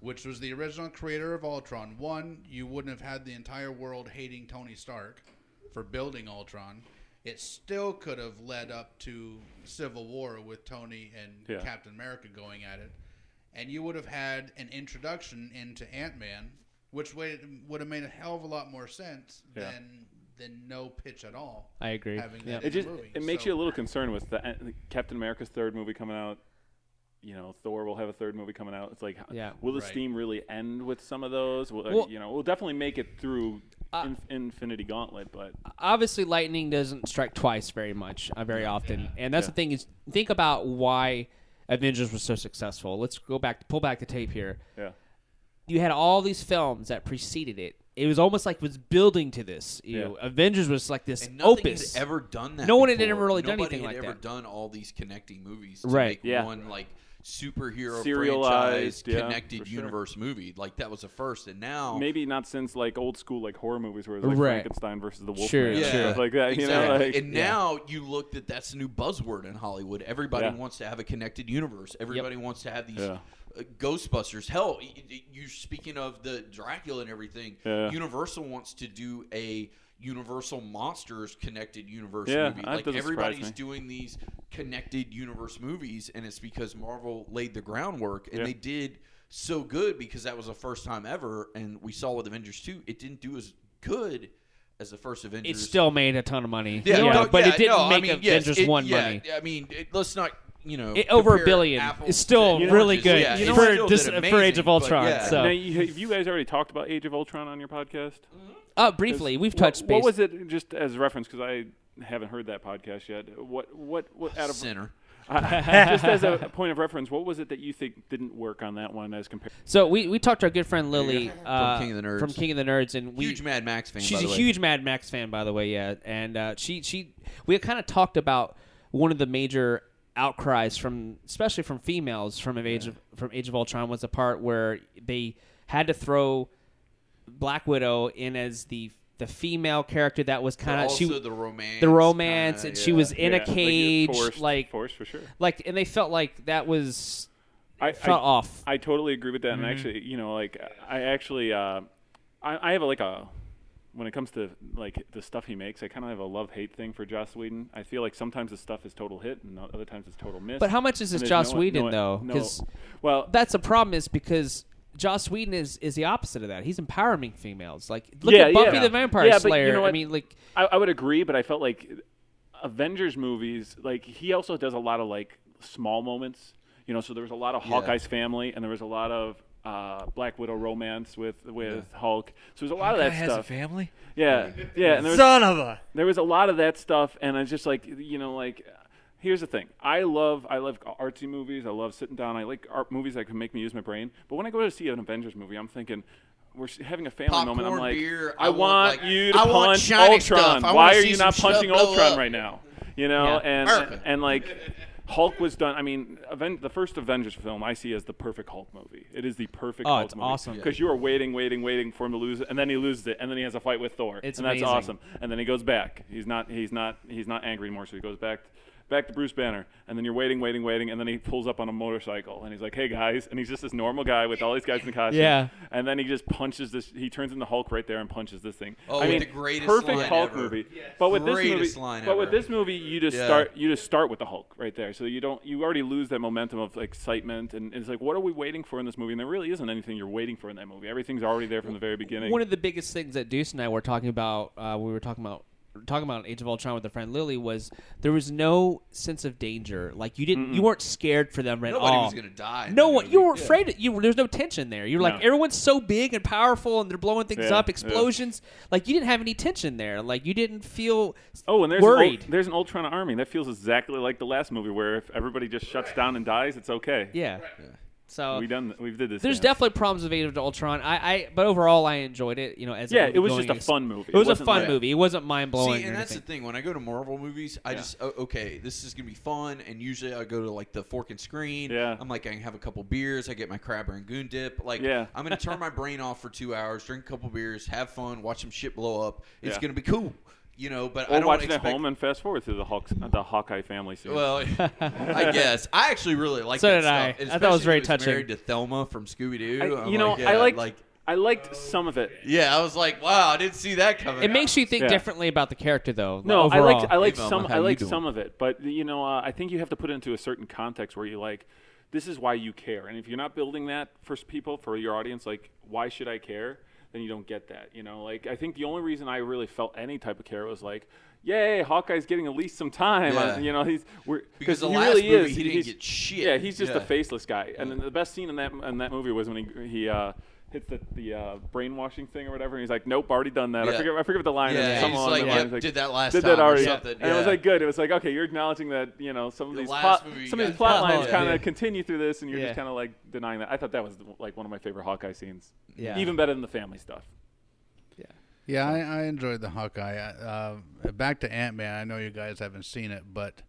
S5: which was the original creator of Ultron, one, you wouldn't have had the entire world hating Tony Stark for building Ultron. It still could have led up to Civil War with Tony and
S3: Yeah.
S5: Captain America going at it, and you would have had an introduction into Ant Man, which would would have made a hell of a lot more sense
S3: Yeah.
S5: than than no pitch at all.
S2: I agree.
S5: Having
S2: Yeah.
S5: that
S3: It
S5: in
S3: just
S5: the movie.
S3: it makes
S5: So-
S3: you a little concerned with the, uh, Captain America's third movie coming out. You know, Thor will have a third movie coming out. It's like, h-
S2: Yeah.
S3: will the
S5: Right.
S3: steam really end with some of those? Will, uh,
S2: Well- uh,
S3: you know, we'll definitely make it through Inf- Infinity Gauntlet, but
S2: obviously lightning doesn't strike twice very much uh, very often and that's
S3: Yeah.
S2: the thing is think about why avengers was so successful let's go back pull back the tape here
S3: yeah,
S2: you had all these films that preceded it it was almost like it was building to this you
S3: Yeah.
S2: know, avengers was like this
S6: And nothing
S2: opus
S6: had ever done that.
S2: No one had
S6: before.
S2: ever really done
S6: Nobody
S2: anything
S6: had
S2: like
S6: ever
S2: that.
S6: done all these connecting movies to
S2: Right.
S6: make
S3: Yeah.
S6: one like superhero franchise
S3: Serialized, yeah, for
S6: connected
S3: sure.
S6: universe movie. Like that was the first, and now
S3: maybe not since like old school like horror movies where it was like
S2: oh. Right.
S3: Frankenstein versus the Wolfman,
S2: Sure,
S3: and
S2: Yeah.
S3: stuff like that. You know,
S6: Exactly.
S3: like,
S6: and now you look that that's a new buzzword in Hollywood. Everybody
S3: Yeah.
S6: wants to have a connected universe. Everybody wants to have these
S3: Yeah.
S6: uh, Ghostbusters. Hell, y- y- you're speaking of the Dracula and everything.
S3: Yeah.
S6: Universal wants to do a Universal Monsters connected universe
S3: Yeah,
S6: movie.
S3: that
S6: Like
S3: doesn't surprise
S6: everybody's
S3: me.
S6: doing these connected universe movies, and it's because Marvel laid the groundwork and
S3: Yeah.
S6: they did so good because that was the first time ever. And we saw with Avengers 2, it didn't do as good as the first Avengers.
S2: it still made a ton of money
S6: Yeah,
S2: you know,
S6: no,
S2: but
S6: yeah,
S2: it didn't
S6: no,
S2: make
S6: I mean, yes,
S2: avengers
S6: it-
S2: 1
S6: yeah,
S2: money
S6: I mean, it, let's not, you know,
S2: It- over a
S6: compare
S2: billion.
S6: apples
S2: It's still
S6: to
S2: really
S6: oranges.
S2: good
S6: Yeah, it
S2: for
S6: still did
S2: dis- for
S6: amazing,
S2: Age of
S6: but
S2: Ultron,
S6: yeah.
S2: so-
S3: Now, you, have you guys already talked about Age of Ultron on your podcast?
S2: uh, briefly we've touched
S3: What,
S2: base
S3: what was it? Just as reference, because I haven't heard that podcast yet. What what what out of
S6: Center.
S3: I- *laughs* just as a point of reference, what was it that you think didn't work on that one as compared?
S2: so we, we talked to our good friend lily uh,
S6: King of the Nerds.
S2: from king of the nerds and we
S6: Huge Mad Max fan. by
S2: She's a
S6: the way.
S2: huge Mad Max fan, by the way. Yeah, and uh, she she we kind of talked about one of the major outcries from, especially from females from of Age of from Age of Ultron was the part where they had to throw Black Widow in as the the female character that was
S6: But
S2: kind of she
S6: also the romance.
S2: the romance
S6: kinda,
S2: and she
S6: yeah.
S2: was in a
S3: Yeah, like, it
S2: cage
S3: forced,
S2: like
S3: forced for sure.
S2: like and they felt like that was
S3: I,
S2: felt Mm-hmm.
S3: I,
S2: off
S3: I totally agree with that. And actually, you know, like I actually, uh, I, I have like a when it comes to like the stuff he makes, I kind of have a love hate thing for Joss Whedon. I feel like sometimes his stuff is total hit, and other times it's total miss.
S2: But how much is
S3: And
S2: this
S3: there's
S2: Joss
S3: no-
S2: Whedon
S3: no-
S2: though?
S3: no-
S2: 'Cause
S3: well,
S2: that's the problem is because Joss Whedon is is the opposite of that. He's empowering females. Like look
S3: Yeah,
S2: at Buffy
S3: yeah.
S2: the Vampire
S3: Yeah, but you
S2: Slayer.
S3: know
S2: I
S3: what?
S2: mean, like
S3: I, I would agree, but I felt like Avengers movies, like he also does a lot of like small moments. You know, so there was a lot of Hawkeye's family, and there was a lot of uh, Black Widow romance with with Hulk. So there's a lot
S4: Guy
S3: of that
S4: has
S3: stuff.
S4: a family.
S3: yeah, yeah, and there was
S4: Son of a.
S3: there was a lot of that stuff, and I was just like, you know, like. Here's the thing. I love I love artsy movies. I love sitting down. I like art movies that can make me use my brain. But when I go to see an Avengers movie, I'm thinking we're s- having a family moment. I'm
S6: Popcorn,
S3: like,
S6: beer, I
S3: I, want,
S6: want, like-
S3: you to
S6: I want
S3: punch
S6: shiny
S3: Ultron.
S6: stuff. I
S3: Why
S6: wanna
S3: are
S6: see
S3: you
S6: some
S3: not
S6: stuff
S3: punching
S6: blow
S3: Ultron
S6: up."
S3: right now? You know,
S2: Yeah.
S3: and,
S6: Perfect.
S3: and like. Hulk was done. I mean, Aven- the first Avengers film I see as the perfect Hulk movie. It is the perfect
S2: Oh,
S3: Hulk
S2: it's
S3: movie.
S2: awesome.
S3: Because you are waiting, waiting, waiting for him to lose it, and then he loses it, and then he has a fight with Thor.
S2: It's
S3: and that's
S2: amazing.
S3: awesome and then he goes back. He's not he's not he's not angry anymore, so he goes back back to Bruce Banner. And then you're waiting, waiting, waiting, and then he pulls up on a motorcycle and he's like, Hey guys and he's just this normal guy with all these guys in the costume.
S2: Yeah.
S3: And then he just punches this he turns into Hulk right there and punches this thing.
S6: Oh,
S3: I
S6: with
S3: mean,
S6: the greatest
S3: perfect
S6: line
S3: Hulk
S6: ever.
S3: movie. But with this
S6: Greatest
S3: movie
S6: line
S3: But with
S6: ever.
S3: this movie you just
S6: Yeah.
S3: start you just start with the Hulk right there. So you don't you already lose that momentum of excitement and it's like what are we waiting for in this movie? And there really isn't anything you're waiting for in that movie. Everything's already there from the very beginning.
S2: one of the biggest things that Deuce and I were talking about. Uh, we were talking about talking about Age of Ultron with a friend Lily was there was no sense of danger. Like you didn't you weren't scared for them at
S6: Nobody
S2: all.
S6: was gonna die. in
S2: Oh. No
S6: that
S2: one.
S6: movie.
S2: You were
S6: Yeah.
S2: afraid. Of, you were- there's no tension there. You're like
S3: No.
S2: everyone's so big and powerful, and they're blowing things
S3: Yeah,
S2: up,
S3: yeah.
S2: explosions. Like you didn't have any tension there. Like you didn't feel
S3: Oh, and there's An,
S2: worried.
S3: Ult- there's an Ultron army that feels exactly like the last movie, where if everybody just shuts down and dies, it's okay.
S2: yeah. So
S3: we done. We've did this.
S2: There's
S3: now.
S2: definitely problems with Age of Ultron. I, I, but overall, I enjoyed it. You know, as a
S3: Yeah, it was
S2: movie-going
S3: just a fun movie.
S2: It was
S3: It
S2: a
S3: wasn't
S2: fun
S3: like-
S2: movie. It wasn't mind blowing.
S6: See, and that's the thing. When I go to Marvel movies, I just oh, okay, this is gonna be fun. And usually, I go to like the fork and screen.
S3: Yeah.
S6: I'm like, I can have a couple beers. I get my crab rangoon dip. Like,
S3: Yeah.
S6: I'm gonna
S3: *laughs*
S6: turn my brain off for two hours, drink a couple beers, have fun, watch some shit blow up. It's
S3: Yeah.
S6: gonna be cool, you know. But I
S3: Or
S6: don't
S3: watch it
S6: expect,
S3: at Oh, home and fast forward through the Hawks, the Hawkeye family scene.
S6: Well,
S3: *laughs*
S6: I guess I actually really like.
S2: So
S6: that
S2: did I.
S6: stuff,
S2: I thought it was
S6: especially
S2: very
S6: when he's Married
S2: touching.
S6: to Thelma from Scooby
S3: I-
S6: Doo.
S3: you know,
S6: like,
S3: I
S6: yeah,
S3: liked-
S6: like
S3: I liked some of it.
S6: Yeah, I was like, wow, I didn't see that coming.
S2: It makes you think
S3: Yeah.
S2: differely about the character, though.
S3: No, I
S2: overall.
S3: like I like
S6: Hey, Velma,
S3: some
S6: how
S3: I
S6: you
S3: like
S6: doing?
S3: some of it, but you know uh, I think you have to put it into a certain context where you like this is why you care, and if you're not building that for s- people for your audience, like why should I care? Then you don't get that, you know. Like I think the only reason I really felt any type of care was like, yay, Hawkeye's getting at least some time.
S6: Yeah.
S3: Uh, you know, he's we're,
S6: Because the
S3: he
S6: last
S3: really
S6: movie,
S3: is.
S6: he didn't
S3: he's-
S6: get shit.
S3: Yeah, he's just a
S6: Yeah.
S3: faceless guy, and then the best scene in that in that movie was when he he. Uh, Hits the, the uh, brainwashing thing or whatever, and he's like, "Nope, already done that."
S6: Yeah.
S3: I forget. I forget what the line
S6: Yeah,
S3: is. something
S6: he's
S3: along
S6: like,
S3: the
S6: "Yep,
S3: lines, like,
S6: did that last
S3: did
S6: time
S3: that
S6: or
S3: already.
S6: something.
S3: And it was
S6: Yeah.
S3: like good. It was like okay, you're acknowledging that you know some of
S6: The
S3: these
S6: last
S3: plot,
S6: movie you
S3: some of these
S6: got-
S3: plot lines
S2: Yeah.
S3: kind
S2: Yeah.
S3: of continue through this, and you're
S2: Yeah.
S3: just kind of like denying that. I thought that was like one of my favorite Hawkeye scenes.
S2: Yeah.
S3: even better than the family stuff.
S5: Yeah, I, I enjoyed the Hawkeye. Uh, back to Ant Man. I know you guys haven't seen it, but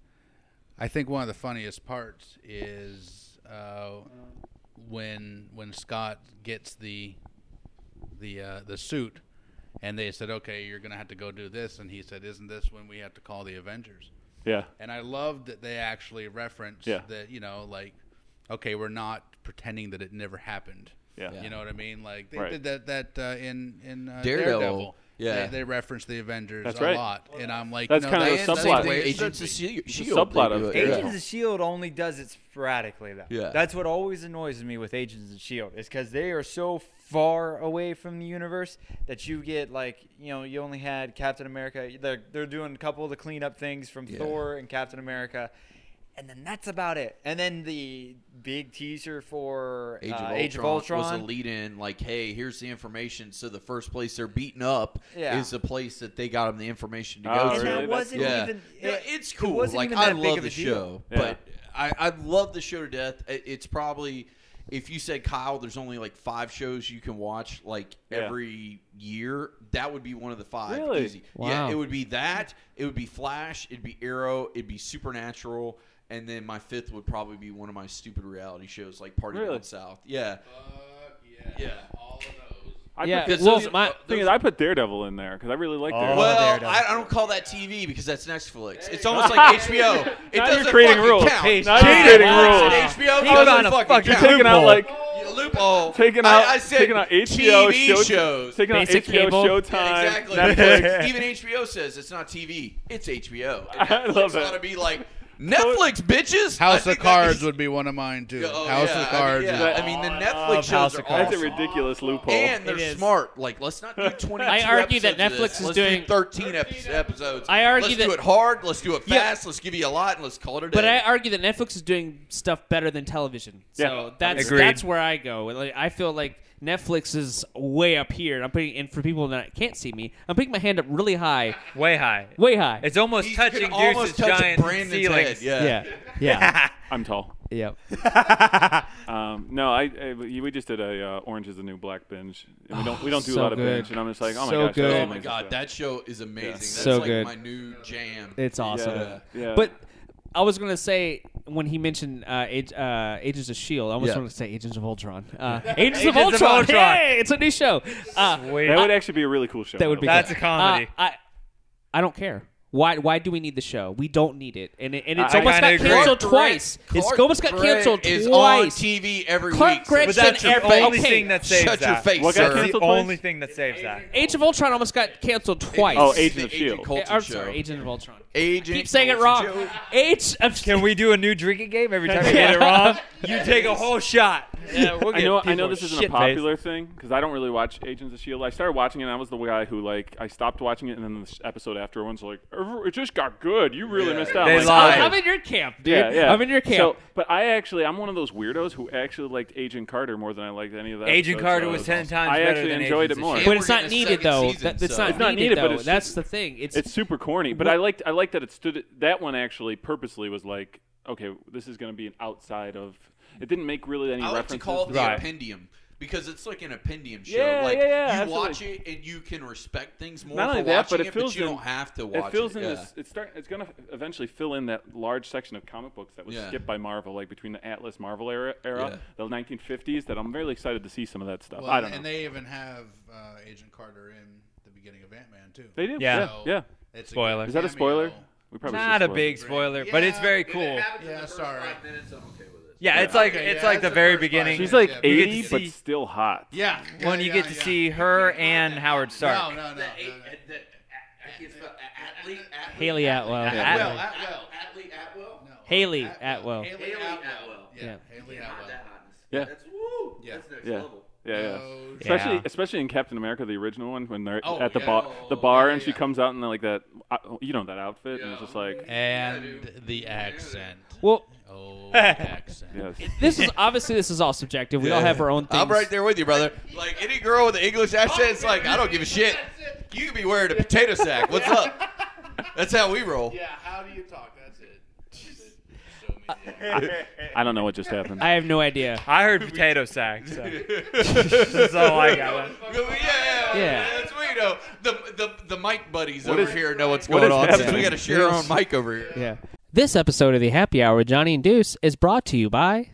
S5: I think one of the funniest parts is uh, when when Scott gets the the uh, the suit, and they said, "Okay, you're gonna have to go do this," and he said, "Isn't this when we have to call the Avengers?"
S3: Yeah,
S5: And I love that they actually reference
S3: Yeah.
S5: that, you know, like, okay, we're not pretending that it never happened.
S3: Yeah.
S5: You know what I mean? Like they
S3: Right.
S5: did that that uh, in in uh,
S6: Daredevil.
S5: Daredevil.
S6: Yeah.
S5: They, they referenced the Avengers
S3: That's
S5: a
S3: right.
S5: lot, and I'm like,
S3: That's
S5: no,
S3: kind of a
S5: that is-
S3: subplot.
S5: that's the way it should
S6: Agents
S5: be.
S6: of Shield.
S3: It's a
S6: Shield, they
S3: subplot
S6: do it,
S3: of
S6: yeah.
S4: Agents of Shield E only does it sporadically though.
S6: Yeah.
S4: That's what always annoys me with Agents of Shield E is because they are so far away from the universe that you get like you know you only had Captain America. They're they're doing a couple of the cleanup things from Thor and Captain America. And then that's about it. And then the big teaser for
S6: Age of,
S4: uh,
S6: Ultron
S4: Age of Ultron
S6: was a lead-in, like, hey, here's the information. So the first place they're beaten up
S4: Yeah.
S6: is the place that they got them the information to
S3: Oh,
S6: go
S4: and
S6: to.
S3: really?
S4: that
S3: That's
S4: wasn't
S3: cool.
S6: yeah,
S4: even.
S6: No,
S4: it-
S6: it's
S4: it
S6: cool.
S4: wasn't
S6: like
S4: even
S6: I
S4: that big
S6: love
S4: of
S6: the
S4: a deal.
S6: show,
S3: Yeah.
S6: but I, I love the show to death. I- It's probably if you said Kyle, there's only like five shows you can watch like
S3: Yeah.
S6: every year. That would be one of the five.
S3: Really?
S6: Easy.
S2: Wow.
S6: Yeah, it would be that. It would be Flash. It'd be Arrow. It'd be Supernatural. And then my fifth would probably be one of my stupid reality shows like Party
S3: Really?
S6: Down South. Yeah,
S3: Oh,
S5: Fuck
S6: yeah.
S5: all of those.
S3: I
S2: yeah.
S3: Put,
S6: because
S2: Well,
S6: those-
S2: my
S3: the thing is, I put Daredevil in there because I really like Daredevil.
S5: Oh,
S4: Well,
S6: Well,
S4: Daredevil.
S6: I, I don't call that TV because that's Netflix. It's almost
S3: *laughs*
S6: like HBO. It
S3: Now you're
S6: doesn't
S3: creating
S6: fucking
S3: rules.
S6: count.
S3: Hey,
S6: It's
S3: now you're creating rules.
S6: HBO
S4: He
S6: doesn't
S4: found a
S6: fucking
S4: fucking
S3: You're
S6: count.
S3: taking out
S4: Loophole.
S3: like
S6: You loophole.
S3: taking out
S6: I, I said
S3: taking out HBO
S6: TV
S3: show-
S6: shows.
S3: taking out
S2: Basic
S3: HBO
S2: cable.
S3: Showtime.
S6: Yeah, exactly.
S3: *laughs* Netflix.
S6: Even HBO says it's not TV. It's HBO.
S3: *laughs* I love
S6: It's got to
S3: it.
S6: be like Netflix, bitches. I
S5: House
S6: think
S5: of
S6: that
S5: Cards
S6: is-
S5: would be one of mine too.
S6: Yeah, oh,
S5: House
S6: yeah,
S5: of Cards.
S6: I mean,
S5: is-
S6: yeah, I mean the Netflix shows
S4: House
S6: are
S4: of Cards.
S3: That's a
S6: awesome.
S3: ridiculous loophole.
S6: And they're
S4: It is.
S6: smart. Like, let's not do 22
S2: I argue
S6: episodes of
S2: that Netflix
S6: this.
S2: is
S6: Let's
S2: doing-
S6: do 13 epi- episodes.
S2: I argue
S6: let's
S2: that-
S6: do it hard. Let's do it
S2: Yeah.
S6: fast. Let's give you a lot and let's call it a day.
S2: But I argue that Netflix is doing stuff better than television. So
S3: Yeah.
S2: that's
S4: Agreed.
S2: that's where I go. Like, I feel like Netflix is way up here. And I'm putting and for people that can't see me, I'm putting my hand up really high,
S4: Way high.
S2: way high.
S4: It's almost
S6: He's
S4: touching
S6: could almost
S4: Deuce's
S6: touch
S4: giant
S6: Brandon's head.
S4: ceilings. *laughs*
S6: uh, Yeah.
S2: yeah, yeah,
S3: I'm tall.
S2: yeah.
S3: Um, no, I, I- we just did a uh, Orange is the New Black binge. And we don't
S2: *sighs*
S3: we don't do
S2: so
S3: a lot of
S2: good.
S3: binge, and I'm just like, oh my
S2: So
S3: gosh,
S2: good.
S3: that's
S6: Oh
S3: an
S6: my
S3: amazing
S6: god,
S3: show.
S6: that show is amazing. That's
S2: So
S6: like
S2: good.
S6: my new jam.
S2: It's awesome.
S3: Yeah, yeah.
S2: But I was gonna say when he mentioned uh, Ag- uh, Agents of Shield, I almost
S6: Yeah.
S2: wanted to say Agents of Ultron. Uh, Agents, of
S4: Agents of
S2: Ultron.
S4: Ultron.
S2: Hey, it's a new show. Uh,
S4: Wait.
S3: that would actually be a really cool show.
S2: that would be
S4: That's
S2: good.
S4: a comedy.
S2: Uh, I I don't care. Why why do we need the show? We don't need it. And it, and it's
S3: I- I
S2: almost got
S4: kinda agree.
S2: canceled
S6: Clark
S2: twice.
S6: Gregg-
S2: it's
S6: Clark
S2: almost got
S6: Gregg
S2: canceled
S6: is
S2: twice.
S6: on TV every
S2: Clark
S6: week.
S2: Gregg
S4: But
S6: so
S4: that's
S2: Shut
S4: the
S2: your
S4: only
S2: face.
S4: thing that saves
S6: shut
S4: that.
S6: your face,
S3: What got
S6: sir.
S4: That's the
S3: Cancel twice?
S4: only thing that saves that.
S2: Age of Ultron almost got canceled twice. Eh,
S3: Oh,
S6: It's
S3: Agent
S6: the
S3: of S.H.I.E.L.D..
S6: Agent Coulson
S2: I'm
S6: show.
S2: sorry, Agent of Ultron.
S6: Agent
S2: Keep saying it
S6: Coulson
S2: wrong.
S6: show.
S2: Age of
S4: *laughs* Can we do a new drinking game every time we
S2: Yeah.
S4: get it wrong? *laughs* You take a whole shot. Yeah, we'll
S3: I
S4: get
S3: know. I
S4: people
S3: know this isn't a
S4: shit-faced.
S3: popular thing because I don't really watch Agents of Shield. I started watching it. and I was the guy who like I stopped watching it, and then the s- episode after one's like, "Every- it just got good. You really missed out.
S4: They
S3: Like,
S4: lied.
S2: I'm in your camp, dude.
S3: Yeah, yeah.
S2: I'm in your camp.
S3: So, but I actually, I'm one of those weirdos who actually liked Agent Carter more than I liked any of that.
S4: Agent Carter was ten times
S3: I
S4: better
S3: actually
S4: than
S3: enjoyed
S4: Agents
S3: it
S4: of
S3: more.
S6: Shield.
S2: but
S6: we're
S2: it's
S6: in
S2: not
S6: the
S2: needed
S6: second
S2: though.
S6: season,
S2: That, that's
S6: so-
S2: not
S6: It's
S3: not
S2: needed,
S3: needed, but
S2: though.
S3: it's
S2: that's
S3: just-
S2: the thing. It's,
S3: It's super corny, but I liked I liked that it stood. That one actually purposely was like, okay, this is going to be an outside of. It didn't make really any
S6: I like
S3: references.
S6: to call it the
S3: Right.
S6: appendium because it's like an appendium show.
S3: Yeah,
S6: like
S3: yeah, yeah,
S6: you
S3: absolutely.
S6: watch it and you can respect things more
S3: Not
S6: for
S3: only that,
S6: watching
S3: but it fills
S6: you
S3: in-
S6: don't have to watch
S3: It
S6: it.
S3: fills in
S6: yeah.
S3: this. It's start. It's gonna eventually fill in that large section of comic books that was
S6: Yeah.
S3: skipped by Marvel, like between the Atlas Marvel era, era
S6: Yeah.
S3: the 1950s. That I'm really excited to see some of that stuff.
S5: Well,
S3: I don't
S5: and
S3: know.
S5: they even have uh, Agent Carter in the beginning of Ant Man too.
S3: They, do.
S4: Yeah.
S3: Yeah.
S5: So
S3: Yeah.
S5: It's
S4: Spoiler.
S5: good
S3: Is that a spoiler?
S5: cameo.
S3: We should
S4: Not a
S3: spoil it.
S4: big spoiler, but it's very cool.
S5: Yeah, sorry.
S6: minutes, I'm okay with it.
S4: Yeah, it's like
S5: Okay,
S4: it's
S5: yeah,
S4: like
S5: that's
S4: the
S5: the
S4: very
S5: first
S4: beginning.
S5: part.
S3: She's
S5: Yeah,
S3: like
S5: yeah, we
S4: get
S3: 80,
S4: to
S3: but
S4: see-
S3: still hot.
S5: Yeah. yeah,
S4: when you
S5: yeah,
S4: get to
S5: yeah.
S4: see her and Howard Stark.
S5: No, no, no. no, no.
S2: Haley Atwell.
S4: Yeah.
S5: Atwell,
S4: Atwell.
S5: Atwell.
S6: Atlee Atwell.
S5: No,
S2: Haley Atwell.
S5: Haley
S6: Haley
S5: Atwell.
S6: Atwell.
S5: Yeah,
S2: Yeah.
S5: Haley
S6: Yeah, not
S5: Atwell.
S6: that hotness.
S3: Yeah.
S6: That's woo.
S5: Yeah.
S6: That's next
S3: Yeah.
S6: level.
S3: Yeah, yeah.
S5: No,
S3: Especially,
S2: Yeah.
S3: especially in Captain America, the original one, when they're
S5: Oh,
S3: at the
S5: yeah.
S3: bar, the
S5: Oh,
S3: bar,
S5: yeah,
S3: and she
S5: yeah.
S3: comes out in like that, uh, you know, that outfit, and it's
S6: Yeah.
S3: just like,
S5: And the accent.
S2: Well,
S5: Oh, the accent.
S3: yes.
S2: this is obviously this is all subjective. We all have our own things.
S6: I'm right there with you, brother. Like any girl with an English accent, it's like I don't give a shit. You could be wearing a potato sack. What's *laughs* up? That's how we roll.
S5: Yeah, how do you talk? That's it.
S3: I don't know what just
S2: *laughs*
S3: happened.
S2: I have no idea.
S4: I
S5: *laughs*
S4: heard potato sack. So. That's all I got.
S6: Yeah, yeah,
S2: Yeah.
S6: That's what you know. The the the mic buddies
S3: What
S6: over
S3: is-
S6: here know what's
S3: what
S6: going
S3: is
S6: on since we
S3: happening?
S6: got to share our own mic over here.
S2: Yeah. This episode of the Happy Hour with Johnny and Deuce is brought to you by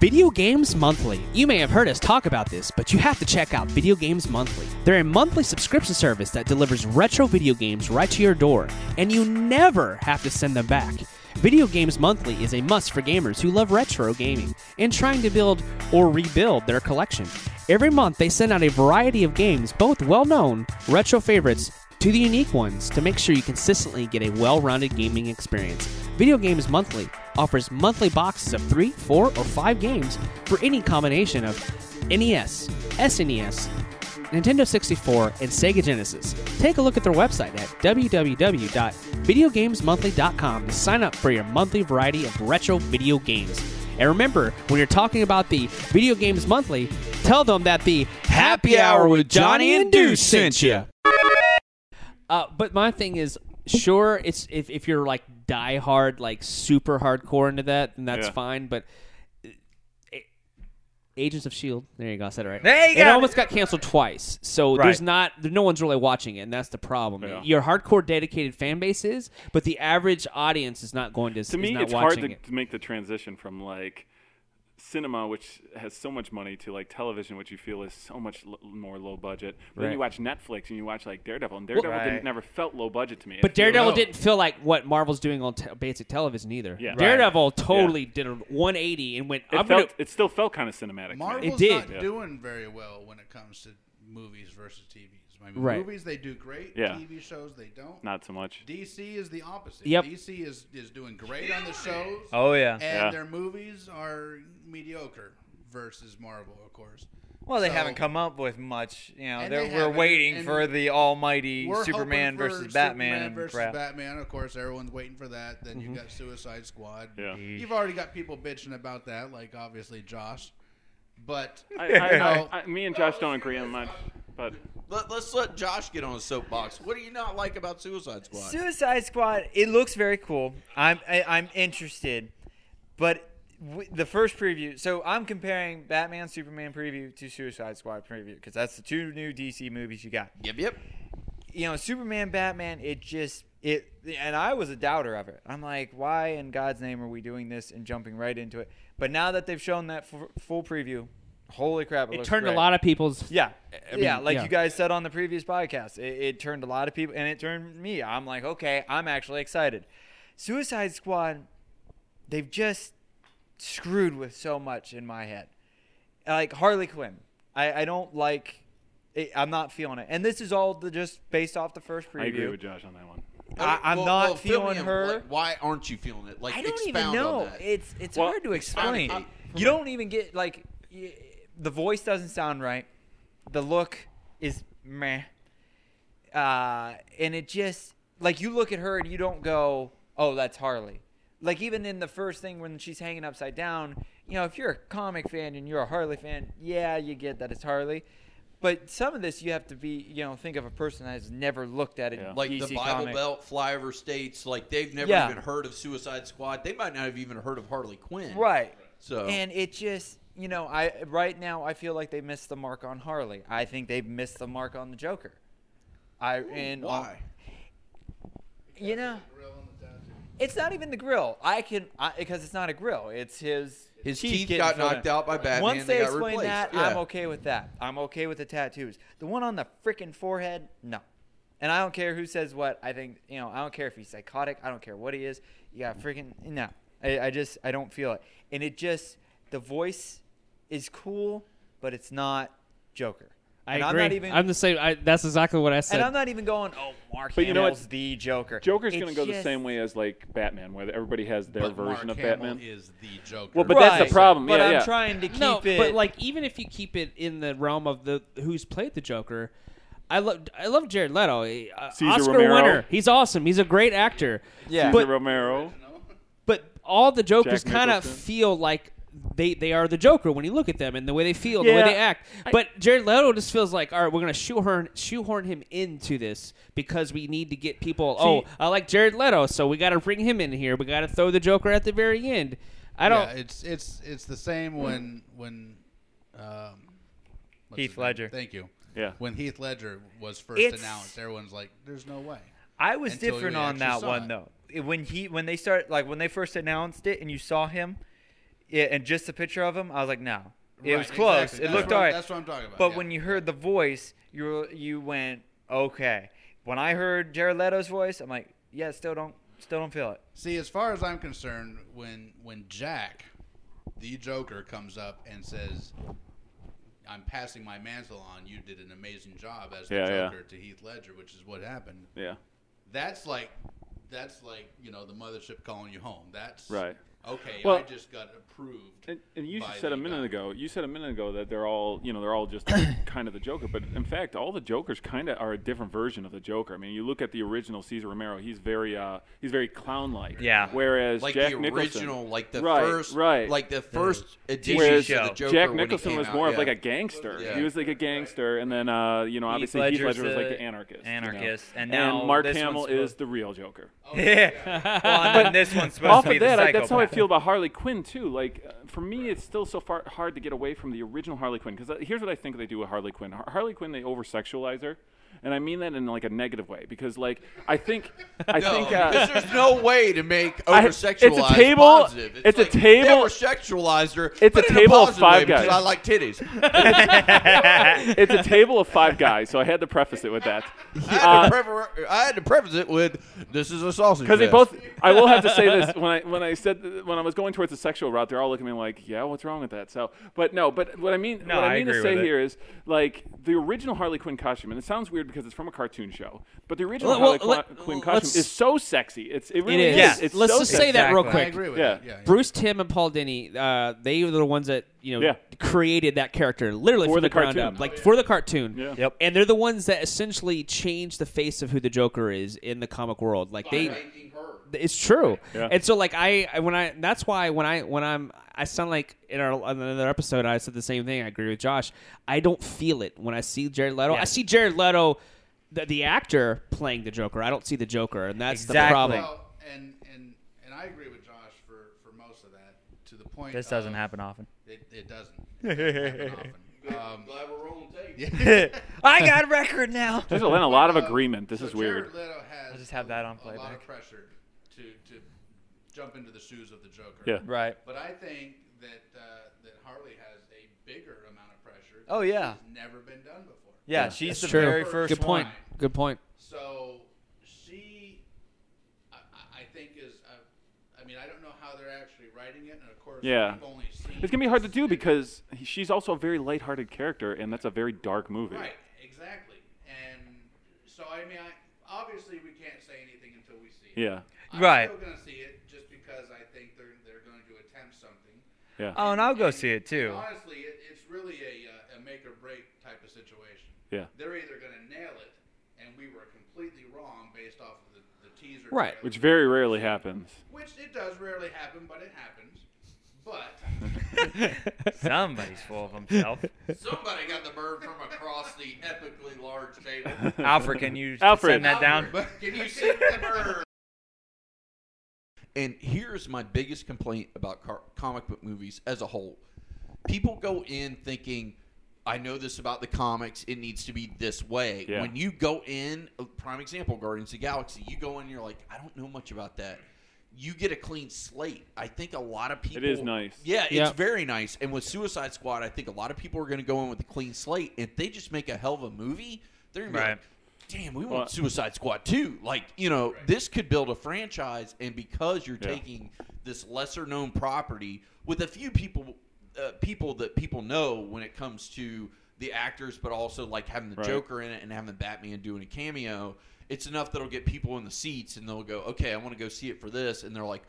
S2: Video Games Monthly. You may have heard us talk about this, but you have to check out Video Games Monthly. They're a monthly subscription service that delivers retro video games right to your door, and you never have to send them back. Video Games Monthly is a must for gamers who love retro gaming and trying to build or rebuild their collection. Every month, they send out a variety of games, both well known, retro favorites, to the unique ones to make sure you consistently get a well rounded gaming experience. Video Games Monthly offers monthly boxes of three, four, or five games for any combination of E NES, SNES, E Nintendo 64, and Sega Genesis. Take a look at their website at www.videogamesmonthly.com to sign up for your monthly variety of retro video games. And remember, when you're talking about the Video Games Monthly, tell them that the Happy Hour with Johnny and Deuce sent you. Uh, but my thing is, sure, it's if, if you're like die hard, like super hardcore into that, then that's
S3: Yeah.
S2: fine. But uh, Agents of Shield, there you go, I said it right.
S4: There you
S2: it
S4: got it.
S2: almost got canceled twice, so
S4: Right.
S2: there's not, there- no one's really watching it, and that's the problem.
S3: Yeah.
S2: Your hardcore dedicated fan base is, but the average audience is not going to.
S3: to me,
S2: is not
S3: it's hard
S2: watching
S3: to,
S2: it.
S3: to make the transition from like cinema, which has so much money, to like television, which you feel is so much l- more low budget. But then you watch Netflix and you watch like Daredevil, and Daredevil
S4: Right.
S3: didn't, never felt low budget to me.
S2: But
S3: It feels-
S2: Daredevil
S5: No.
S2: didn't feel like what Marvel's doing on te- basic television either.
S3: Yeah. Right.
S2: Daredevil totally did a 180 and went.
S3: it
S2: I'm
S3: felt,
S2: gonna,
S3: it still felt kind of cinematic. to me.
S5: Marvel's
S2: did.
S5: not
S3: Yeah.
S5: doing very well when it comes to movies versus TVs. I mean,
S2: Right.
S5: Movies they do great.
S3: Yeah.
S5: TV shows they don't.
S3: Not
S2: *laughs*
S3: so much.
S5: DC is the opposite.
S2: Yep.
S5: DC is is doing great on the shows.
S4: Oh yeah.
S5: And
S3: Yeah.
S5: their movies are mediocre versus Marvel, of course.
S4: Well, they
S5: So-
S4: haven't come up with much. You know,
S5: And
S4: they're-
S5: they
S4: we're
S5: haven't,
S4: waiting
S5: and
S4: for the almighty Superman
S5: hoping for
S4: versus
S5: Superman
S4: Batman and
S5: versus
S4: crap.
S5: Batman, of course, everyone's waiting for that. Then you've got Suicide Squad.
S3: Yeah.
S5: You've already got people bitching about that, like obviously Josh. But
S3: I, I,
S5: No.
S3: I, I, me and Josh don't agree on much, but
S6: Let, let's let Josh get on a soapbox. What do you not like about Suicide Squad?
S4: Suicide Squad. It looks very cool. I'm I, I'm interested, but w- the first preview. So I'm comparing Batman Superman preview to Suicide Squad preview because that's the two new DC movies you got.
S6: Yep, yep.
S4: you know, Superman, Batman, it just it and I was a doubter of it. I'm like, why in God's name are we doing this and jumping right into it? But now that they've shown that f- full preview, holy crap, it,
S2: it
S4: looks
S2: turned
S4: great.
S2: a lot of people's
S4: Yeah, yeah,
S2: mean,
S4: like
S2: yeah.
S4: you guys said on the previous podcast, it, it turned a lot of people, and it turned me. I'm like, okay, I'm actually excited. Suicide Squad, they've just screwed with so much in my head. Like Harley Quinn, I, I don't like. It, I'm not feeling it, and this is all the, just based off the first preview.
S3: I agree with Josh on that one.
S4: I, I'm
S6: Well,
S4: not
S6: well, fill me
S4: feeling
S6: in.
S4: her.
S6: Like, why aren't you feeling it? Like,
S4: I don't
S6: expound
S4: even know.
S6: on that.
S4: It's it's
S3: Well,
S4: hard to explain.
S6: expound.
S4: you don't even get like y- the voice doesn't sound right. The look is meh. Uh, and it just like you look at her and you don't go, "Oh, that's Harley." Like even in the first thing when she's hanging upside down, you know, if you're a comic fan and you're a Harley fan, yeah, you get that it's Harley. But some of this you have to be, you know, think of a person that has never looked at it.
S3: Yeah.
S6: like
S4: DC
S6: the Bible
S4: comic.
S6: Belt flyover states, like they've never
S4: Yeah.
S6: even heard of Suicide Squad. They might not have even heard of Harley Quinn.
S4: right?
S6: So
S4: and it just you know i right now i feel like they missed the mark on harley i think they've missed the mark on the joker i and
S6: why?
S4: you know it's not even the grill i can I, because it's not a grill it's his
S6: His
S4: teeth
S6: teeth
S4: getting
S6: got
S4: filled in.
S6: knocked out by Batman.
S4: once
S6: they,
S4: they,
S6: got
S4: explain
S6: replaced.
S4: that
S6: yeah.
S4: i'm okay with that i'm okay with the tattoos the one on the freaking forehead no and i don't care who says what i think you know i don't care if he's psychotic i don't care what he is you got freaking no I, I just I don't feel it, and it just the voice is cool, but it's not Joker.
S2: I
S4: and
S2: agree.
S4: I'm not even.
S2: I'm the same. I, that's exactly what I said.
S4: and I'm not even going. Oh, Mark
S3: But you know what?
S4: Hamill's the Joker.
S3: Joker's
S4: It's
S3: going to go the
S4: just-
S3: same way as like Batman, where everybody has their
S5: But
S3: version of
S5: Mark Hamill
S3: Batman.
S5: is the Joker.
S3: Well, but that's the
S4: Right.
S3: problem.
S4: But
S3: Yeah,
S4: I'm
S3: yeah.
S4: trying to keep
S2: no,
S4: it.
S2: but like even if you keep it in the realm of the who's played the Joker, I love I love Jared Leto, He- uh,
S3: Cesar
S2: Oscar
S3: Romero.
S2: winner. He's awesome. He's a great actor.
S4: Yeah.
S3: Cesar
S2: but
S3: Romero.
S2: but all the Jokers
S3: Jack
S2: kind of
S3: Nicholson.
S2: feel like they they are the Joker when you look at them and the way they feel, the
S3: Yeah.
S2: way they act. But Jared Leto just feels like, all right, we're gonna shoehorn shoehorn him into this because we need to get people. oh, I like Jared Leto, so we got to bring him in here. We got to throw the Joker at the very end. I don't.
S5: Yeah, it's it's it's the same when when um, what's
S4: Heath
S5: his name?
S4: Ledger.
S5: Thank you.
S3: Yeah.
S5: When Heath Ledger was first
S4: It's-
S5: announced, everyone's like, "There's no way."
S4: I was
S5: until
S4: different
S5: we
S4: on
S5: actually
S4: that
S5: saw
S4: one
S5: it.
S4: though. It- When he when they start like when they first announced it and you saw him, yeah, and just a picture of him, I was like, no, it
S5: Right,
S4: was close.
S5: exactly.
S4: It
S5: That's
S4: looked
S5: what-
S4: all right.
S5: That's what I'm talking about.
S4: But
S5: yeah.
S4: when you heard the voice, you were, you went okay. When I heard Jared Leto's voice, I'm like, yeah, still don't still don't feel it.
S5: See, as far as I'm concerned, when when Jack, the Joker, comes up and says, "I'm passing my mantle on. You did an amazing job as the
S3: Yeah, yeah.
S5: Joker to Heath Ledger," which is what happened.
S3: Yeah.
S5: That's like, that's like you know the mothership calling you home. That's
S3: Right.
S5: Okay, I
S3: Well-
S5: just got approved.
S3: And, and you
S5: by
S3: said a
S5: the
S3: minute
S5: guy.
S3: ago. You said a minute ago that they're all, you know, they're all *coughs* just kind of the Joker. But in fact, all the Jokers kind of are a different version of the Joker. I mean, you look at the original Caesar Romero. He's very, uh, he's very clown-like.
S4: Yeah.
S3: Whereas
S6: like
S3: Jack
S6: the
S3: Nicholson,
S6: original, like the
S3: Right,
S6: first,
S3: right.
S6: like the first edition of
S3: Whereas
S6: the
S4: Jack
S6: Joker.
S3: Jack
S6: when he
S3: Nicholson
S6: came
S3: was
S6: out,
S3: more of
S6: yeah.
S3: like a gangster.
S6: Yeah.
S3: He was like a gangster, and then uh, you know, obviously Heath
S4: Ledger's
S3: Ledger was like
S4: the
S3: the anarchist. you know.
S4: anarchist, and now
S3: Mark
S4: this
S3: Hamill
S4: one's
S3: is
S4: supposed-
S3: the real Joker.
S5: Oh,
S4: yeah. *laughs* well, and then this one's supposed
S3: Off
S4: to *laughs* be
S3: of that,
S4: the
S3: I, that's how I
S4: psychopath.
S3: feel about Harley Quinn too. Like uh, for me, it's still so far hard to get away from the original Harley Quinn because here's what I think they do with Harley Quinn. Har- Harley Quinn, they over sexualize her, and I mean that in like a negative way because like I think I
S6: No, *laughs*
S3: think uh,
S6: because there's no way to make
S3: *laughs* I-
S6: over
S3: it's a
S6: sexualized.
S3: table-
S6: Positive.
S3: it's a
S6: like,
S3: table-
S6: They were sexualized her.
S3: It's
S6: but
S3: a
S6: in
S3: table of
S6: positive
S3: Five
S6: way, because
S3: Guys.
S6: I like titties.
S3: it's a table of five guys, so I had to preface it with that.
S6: I, had to prefer, I had to preface it with, "This is a sausage."
S3: Uh, Because they
S6: fest."
S3: both, I will have to say
S4: *laughs*
S3: this when I when I said when I was going towards the sexual route, they're all looking at me like, "Yeah, what's wrong with that?" So, but no, but what I mean,
S4: No,
S3: what I
S4: I
S3: mean to
S4: agree
S3: say
S4: with it.
S3: here is like the original Harley Quinn costume, and it sounds weird because it's from a cartoon show, but the original
S2: Well, well,
S3: Harley Qu-
S2: let-
S3: Quinn
S2: let's-
S3: costume is so sexy. It's it
S2: It
S3: really
S2: is.
S4: Yeah.
S3: It's
S2: Let's
S3: so
S2: just
S3: sexy.
S2: say that real
S4: Exactly.
S5: I
S2: quick.
S5: agree with
S3: Yeah.
S5: you. Yeah, yeah.
S2: Bruce Tim and Paul Denny, uh, they were the ones that you know
S3: Yeah.
S2: created that character literally
S3: For
S2: from
S3: the
S2: the, ground
S3: cartoon.
S2: up, like for the cartoon.
S3: Yeah.
S4: Yep.
S2: And they're the ones that essentially changed the face of who the Joker is in the comic world. Like they, it's true.
S3: Yeah.
S2: And so like I I- when I that's why when I when I'm I sound like in our on another episode I said the same thing. I agree with Josh. I don't feel it when I see Jared Leto. I see Jared Leto. The, the actor playing the Joker, I don't see the Joker, and that's the
S4: Exactly.
S2: problem.
S5: Well, and and and I agree with Josh for for most of that. To the point.
S4: This doesn't
S5: of-
S4: happen
S5: *laughs*
S4: often. *laughs*
S5: It, it doesn't. It doesn't happen often. Um,
S6: Glad we're rolling tape.
S4: I got a record now.
S3: There's a lot- a lot of agreement. This
S5: so
S3: is weird.
S5: Jared Leto has
S4: I'll just have that on
S5: A lot
S4: playback.
S5: of pressure to to jump into the shoes of the Joker.
S3: Yeah.
S4: Right.
S5: But I think that uh, that Harley has a bigger amount of pressure.
S4: Oh,
S5: that
S4: yeah.
S5: has never been done before.
S4: Yeah,
S2: That's
S4: she's the
S2: true.
S4: very first
S2: Good point.
S4: one.
S2: Good point.
S5: So she, I, I- I think is. uh, I, I mean, I don't know how they're actually writing it, and of course,
S3: Yeah.
S5: we've only seen.
S3: It's gonna be hard to do because he- she's also a very lighthearted character, and that's a very dark movie.
S5: Right, exactly. And so, I mean, I, obviously, we can't say anything until we see it.
S3: Yeah.
S5: I'm
S4: Right.
S5: still going to see it just because I think they're, they're going to attempt something.
S3: Yeah.
S4: Oh, and I'll go see it too.
S5: Honestly, it, it's really a, uh, a make or break type of situation.
S3: Yeah.
S5: They're either going to nail it, and we were completely wrong based off of the, the teaser.
S2: Right.
S5: trailer,
S3: Which very rarely happens.
S5: which it does rarely happen, but it happens. But *laughs*
S4: Somebody's full of himself.
S6: Somebody *laughs* got the bird from across the epically large
S5: *laughs*
S6: table.
S4: Alfred, can you
S3: Alfred.
S4: send that down?
S5: can you see the bird?
S6: And here's my biggest complaint about car- comic book movies as a whole. People go in thinking, I know this about the comics, it needs to be this way.
S3: Yeah.
S6: When you go in, a prime example, Guardians of the Galaxy, you go in and you're like, I don't know much about that. You get a clean slate. I think a lot of people.
S3: is nice.
S6: Yeah, it's
S2: Yeah.
S6: very nice. And with Suicide Squad, I think a lot of people are going to go in with a clean slate. If they just make a hell of a movie, they're going to be
S4: Right.
S6: like, damn, we want
S3: Well-
S6: Suicide Squad 2. Like, you know, this could build a franchise, and because you're
S3: Yeah.
S6: taking this lesser known property with a few people uh, people that people know when it comes to the actors, but also like having the
S3: Right.
S6: Joker in it and having the Batman doing a cameo. It's enough that'll get people in the seats and they'll go, okay, I want to go see it for this, and they're like,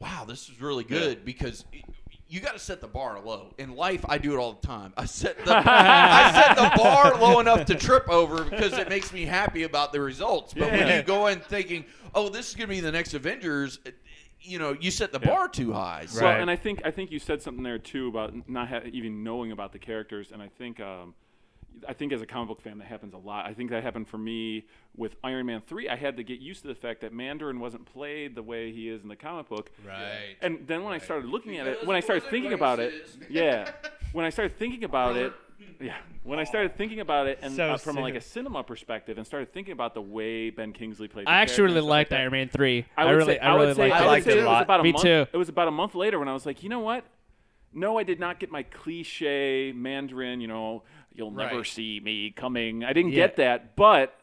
S6: wow, this is really good because. It, you got to set the bar low. In life, I do it all the time. I set the I set the bar low enough to trip over because it makes me happy about the results. But when
S3: Yeah.
S6: you go in thinking, "Oh, this is going to be the next Avengers," you know, you set the bar too high. So
S3: Well,
S4: Right.
S3: and I think I think you said something there too about n- not ha- even knowing about the characters, and I think um, I think as a comic book fan that happens a lot. I think that happened for me with Iron Man three. I had to get used to the fact that Mandarin wasn't played the way he is in the comic book.
S5: Right.
S3: And then when I started looking at it,
S6: Because
S3: when I
S6: it
S3: started
S6: wasn't
S3: thinking about it, yeah, when I started thinking
S6: *laughs*
S3: about it, yeah, when I started thinking about it, and
S4: So
S3: uh, from like
S4: soon.
S3: a cinema perspective, and started thinking about the way Ben Kingsley played.
S2: I
S3: the character
S2: actually
S3: and
S2: really
S3: stuff
S2: liked
S3: like that,
S2: Iron Man three. I,
S3: I, would
S2: really,
S3: say,
S2: I
S3: would
S2: really
S3: say-
S2: liked.
S4: I
S3: would
S4: liked
S3: say
S4: it a
S3: was
S4: lot.
S3: about a
S2: Me
S3: month,
S2: too.
S3: It was about a month later when I was like, you know what? No, I did not get my cliche Mandarin. You know, you'll never
S5: Right.
S3: see me coming. I didn't
S2: Yeah.
S3: get that, but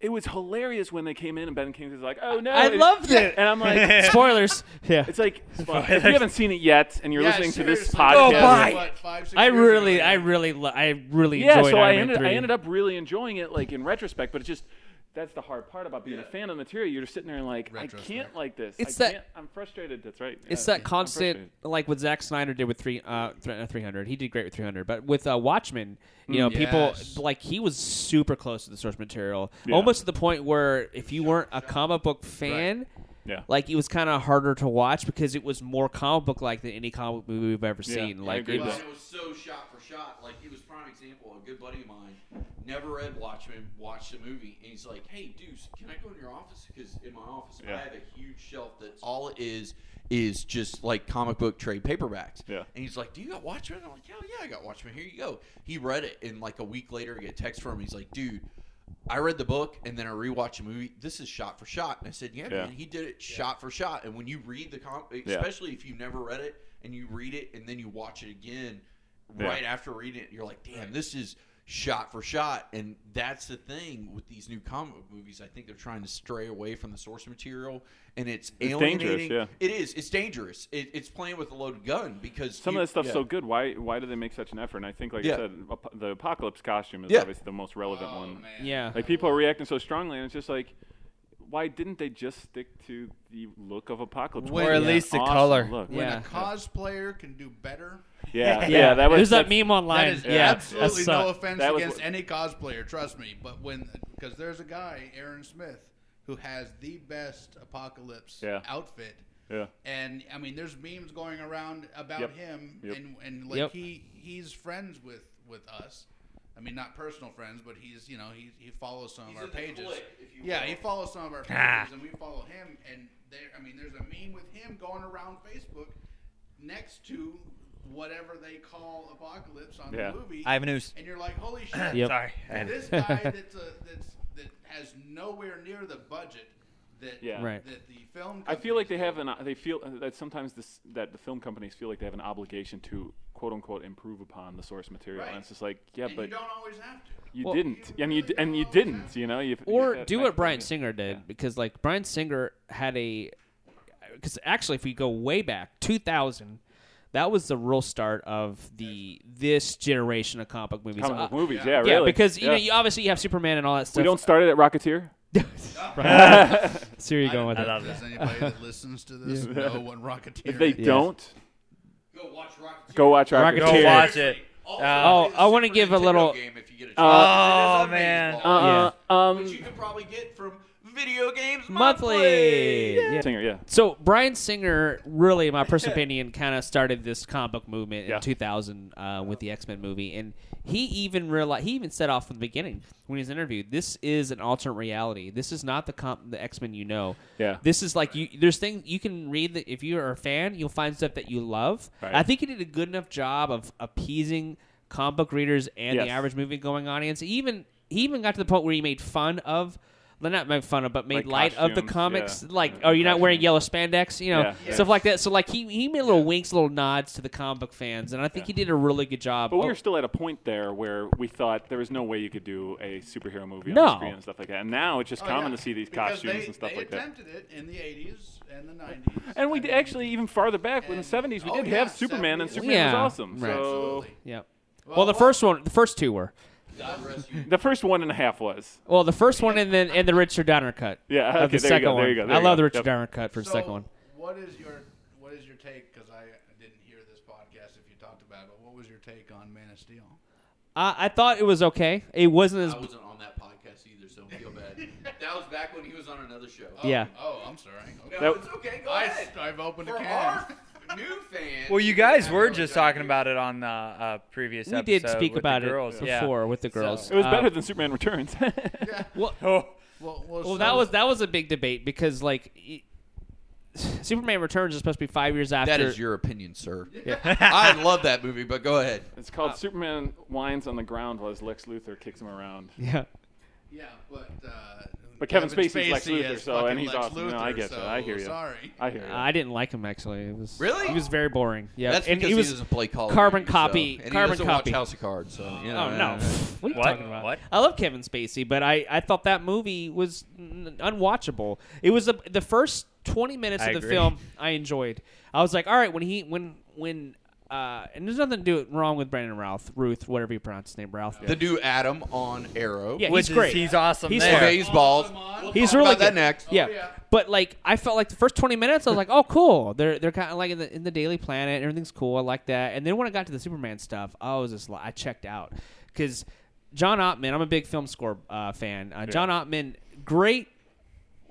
S3: it was hilarious when they came in and Ben Kingsley's like, oh no,
S2: I
S3: it-
S2: loved it.
S3: *laughs* and I'm like. *laughs*
S2: Spoilers. Yeah. *laughs*
S3: It's like if you haven't seen it yet, and you're
S5: Yeah,
S3: listening to this
S5: seriously.
S3: podcast,
S2: Oh, bye.
S5: What, five, six
S2: I
S5: years
S2: really,
S5: ago?
S2: I really, lo- I really
S3: yeah.
S2: enjoyed
S3: So
S2: Iron
S3: I ended,
S2: Man three.
S3: I ended up really enjoying it, like in retrospect. But it's just that's the hard part about being a fan of the material. You're just sitting there and like, I
S5: Retrospect.
S3: can't like this.
S2: It's
S3: I
S2: that-
S3: can't, I'm frustrated. That's right.
S2: It's
S3: Yeah,
S2: that
S3: I'm
S2: constant,
S3: frustrated.
S2: like what Zack Snyder did with three, uh, three hundred. He did great with three hundred, but with uh, Watchmen,
S3: Mm,
S2: you know,
S5: Yes.
S2: people like he was super close to the source material,
S3: Yeah.
S2: almost to the point where if you weren't a comic book fan,
S3: Yeah.
S2: like it was kind of harder to watch because it was more comic book like than any comic movie we've ever
S3: Yeah,
S2: seen.
S3: I
S2: Like,
S3: agree
S2: it
S3: with
S2: was,
S3: that.
S6: Well, it was so shot for shot. Like it was prime example. A good buddy of mine never read Watchmen, watched the movie, and he's like, "Hey, Deuce, can I go in your office? Because in my office,
S3: Yeah.
S6: I have a huge shelf that's all it is is just like comic book trade paperbacks."
S3: Yeah.
S6: And he's like, "Do you got Watchmen?" I'm like, "Hell yeah, I got Watchmen. Here you go." He read it, and like a week later, I get a text from him. He's like, "Dude." I read the book and then I rewatched the movie. This is shot for shot, and I said, "Yeah,
S3: Yeah.
S6: man, he did it shot for shot." And when you read the com
S3: Yeah.
S6: especially if you never read it and you read it and then you watch it again
S3: Yeah.
S6: right after reading it, you're like, damn, this is shot for shot. And that's the thing with these new comic book movies. I think they're trying to stray away from the source material, and it's, alienating.
S3: dangerous, yeah.
S6: It is. It's dangerous. It, it's playing with a loaded gun because
S3: Some
S6: you-
S3: of that stuff's
S6: yeah.
S3: so good. Why why do they make such an effort? And I think, like I
S6: Yeah.
S3: said, ap- the apocalypse costume is
S6: Yeah.
S3: obviously the most relevant
S5: Oh,
S3: one.
S5: man.
S2: yeah,
S3: Like people are reacting so strongly, and it's just like, why didn't they just stick to the look of apocalypse?
S5: When-
S3: What
S5: Or at
S3: an
S4: least the
S3: awesome
S4: color.
S3: Look.
S5: When
S2: Yeah.
S5: a cosplayer can do better,
S3: Yeah, yeah,
S2: yeah.
S3: that was
S2: There's
S3: that's,
S2: that meme online.
S5: that is
S2: yeah, that
S5: absolutely
S2: sucked.
S5: no offense
S3: That was
S5: against
S3: what-
S5: any cosplayer, trust me. But when, because there's a guy, Aaron Smith, who has the best apocalypse
S3: Yeah.
S5: outfit.
S3: Yeah,
S5: And I mean, there's memes going around about
S3: Yep.
S5: him,
S3: Yep.
S5: and and like
S2: Yep.
S5: he he's friends with with us. I mean, not personal friends, but he's you know he he follows some
S6: He's
S5: of our
S6: in the
S5: pages.
S6: clique, if you
S5: yeah,
S6: will.
S5: he follows some of our
S2: Ah.
S5: pages, and we follow him. And there, I mean, there's a meme with him going around Facebook next to whatever they call apocalypse on
S3: Yeah.
S5: the movie.
S4: I have news.
S5: and you're
S2: *clears throat*
S5: like, holy shit!
S2: Yep.
S4: Sorry.
S5: This guy
S2: *laughs*
S5: that's a, that's that has nowhere near the budget that
S3: Yeah.
S2: Right.
S5: that the film.
S3: I feel like they
S5: companies
S3: have an they feel that sometimes this that the film companies feel like they have an obligation to quote unquote improve upon the source material,
S5: Right.
S3: and it's just like, yeah,
S5: and
S3: but
S5: you don't always have to.
S3: you
S2: Well-
S3: didn't,
S5: You
S3: and you d-
S5: really
S3: and you
S5: don't always have
S3: didn't,
S5: to.
S3: you know, you've,
S2: or
S3: you've-
S2: do
S3: that-
S2: what Brian
S3: yeah.
S2: Singer did because like Brian Singer had a because actually if we go way back 2000 that was the real start of the this generation of comic book movies.
S3: comic book
S2: Uh,
S3: movies,
S5: yeah.
S3: yeah,
S2: yeah,
S3: really,
S2: because you know
S3: Yeah.
S2: you obviously you have Superman and all that stuff. *laughs*
S3: we don't *laughs* start it at Rocketeer.
S2: See where you're going with
S4: I
S2: it.
S4: love
S5: Does
S2: *laughs*
S5: anybody that listens to this know what Rocketeer?
S3: If they
S5: is?
S3: don't,
S6: Go watch Rocket.
S3: go watch Rocketeer.
S4: Go watch it.
S6: Also,
S4: Uh,
S2: Oh, I wanna
S6: Super
S2: give a
S6: Nintendo
S2: little-
S6: Game if you get a chance.
S4: Oh,
S6: It is amazing
S4: man.
S6: ball.
S3: Uh,
S6: which you
S3: um,
S6: could probably get from Video Games
S2: Monthly.
S6: Monthly.
S2: Yeah.
S3: Singer, yeah,
S2: So Brian Singer, really,
S3: *laughs*
S2: in my personal opinion, kind of started this comic book movement in
S3: Yeah.
S2: 2000 uh, with the X Men movie, and he even realized he even said off from the beginning when he was interviewed, "This is an alternate reality. This is not the com- the X Men you know.
S3: Yeah.
S2: this is like you. There's things you can read that if you are a fan, you'll find stuff that you love.
S3: Right.
S2: I think he did a good enough job of appeasing comic book readers and the
S3: Yes.
S2: average movie going audience. Even he even got to the point where he made fun of well, not made fun of, but made light
S3: Like
S2: of the
S3: costumes,
S2: comics.
S3: yeah.
S2: Like,
S3: Yeah,
S2: oh, you're not wearing
S3: costumes.
S2: yellow spandex, you know,
S3: Yeah, yeah.
S2: stuff like that. So like he he made little winks, little nods to the comic book fans, and I think he did a really good job.
S3: But we
S2: Oh,
S3: were still at a point there where we thought there was no way you could do a superhero movie
S2: No.
S3: on screen and stuff like that. And now it's just
S5: Oh,
S3: common
S5: yeah.
S3: to see these
S5: Because
S3: costumes
S5: they-
S3: and stuff
S5: they
S3: like that.
S5: attempted it in the 80s and the 90s.
S3: And we d-
S5: mean,
S3: actually even farther back in the
S5: And-
S3: seventies, we
S5: oh,
S3: did
S5: yeah,
S3: have Superman, and
S5: 70s.
S3: Superman was
S2: Yeah,
S3: awesome.
S2: right.
S3: So
S5: Absolutely.
S2: yeah. Well,
S5: Well,
S2: the
S5: what-
S2: first one, the first two were.
S5: God rest you.
S3: the first one and a half was
S2: Well, the first one and then and the Richard Donner cut.
S3: *laughs* Yeah,
S2: of
S3: okay,
S2: the
S3: there you
S2: second
S3: go,
S2: one.
S3: there you go, there
S2: I
S3: you
S2: love
S3: go.
S2: the Richard
S3: Yep.
S2: Donner cut for the
S5: So,
S2: second one.
S5: What is your what is your take? Because I didn't hear this podcast if you talked about it. But what was your take on Man of Steel?
S2: I, I thought it was okay. It wasn't *laughs* as
S6: I wasn't on that podcast either, so don't feel bad. that was back when he was on another show.
S5: Oh,
S2: Yeah.
S5: Oh, I'm sorry. Okay.
S6: No, it's okay. Go
S5: I,
S6: ahead.
S5: have opened
S6: For
S5: a
S6: our
S5: can.
S6: Oh, new fans.
S4: Well, you
S6: we
S4: guys
S6: have
S4: were
S6: no
S4: just
S6: idea.
S4: talking about it on the uh, previous
S2: we
S4: episode.
S2: did speak
S4: with the
S2: about it
S4: girls. Yeah. *laughs*
S2: before with the girls.
S3: it was
S2: Uh,
S3: better than Superman *laughs* Returns.
S2: Well,
S5: *laughs*
S4: Oh.
S2: *laughs*
S5: Well,
S2: well,
S5: so-
S2: that was that was a big debate because like. it- Superman Returns is supposed to be five years after.
S6: That is your opinion, sir. I love that movie, but go ahead.
S3: it's called Superman whines on the ground while his Lex Luthor kicks him around.
S2: *laughs* yeah.
S5: Yeah, but. Uh,
S3: But Kevin
S5: Kevin
S3: Spacey's Lex
S5: Spacey
S3: Luthor,
S5: is
S3: so-
S5: fucking
S3: and he's
S5: Lex
S3: awesome. No, I
S5: Luthor,
S3: get that.
S5: so
S3: I hear you.
S5: Sorry.
S3: I hear you.
S2: I didn't like him actually. It was
S6: Really?
S2: He was very boring. Yeah,
S6: That's
S2: and
S6: because
S2: he was
S6: doesn't play Call of
S2: carbon
S6: Duty, so-
S2: copy-
S6: and he
S2: carbon
S6: doesn't
S2: copy.
S6: Watch House of Cards, so you know,
S2: Oh no! What are you
S4: What?
S2: talking about?
S4: What?
S2: I love Kevin Spacey, but I, I thought that movie was n- unwatchable. It was the, the first twenty minutes
S4: I
S2: of the
S4: agree.
S2: film I enjoyed. I was like, all right, when he when when uh, and there's nothing to do wrong with Brandon Routh, Ruth, whatever you pronounce his name, Ralph.
S6: The new Adam on Arrow.
S2: Yeah,
S4: Which
S2: he's
S4: is-
S2: great.
S4: he's awesome
S2: He's
S4: there.
S6: Today's balls.
S5: We'll
S2: He's
S6: talk
S2: really
S6: about that
S2: good.
S6: next.
S2: Yeah.
S5: Oh, yeah.
S2: but like I felt like the first twenty minutes, I was like, "Oh, cool." They're they're kind of like in the in the Daily Planet, everything's cool. I like that. And then when I got to the Superman stuff, I was just like, I checked out because John Ottman. I'm a big film score uh, fan. Uh, John Ottman, great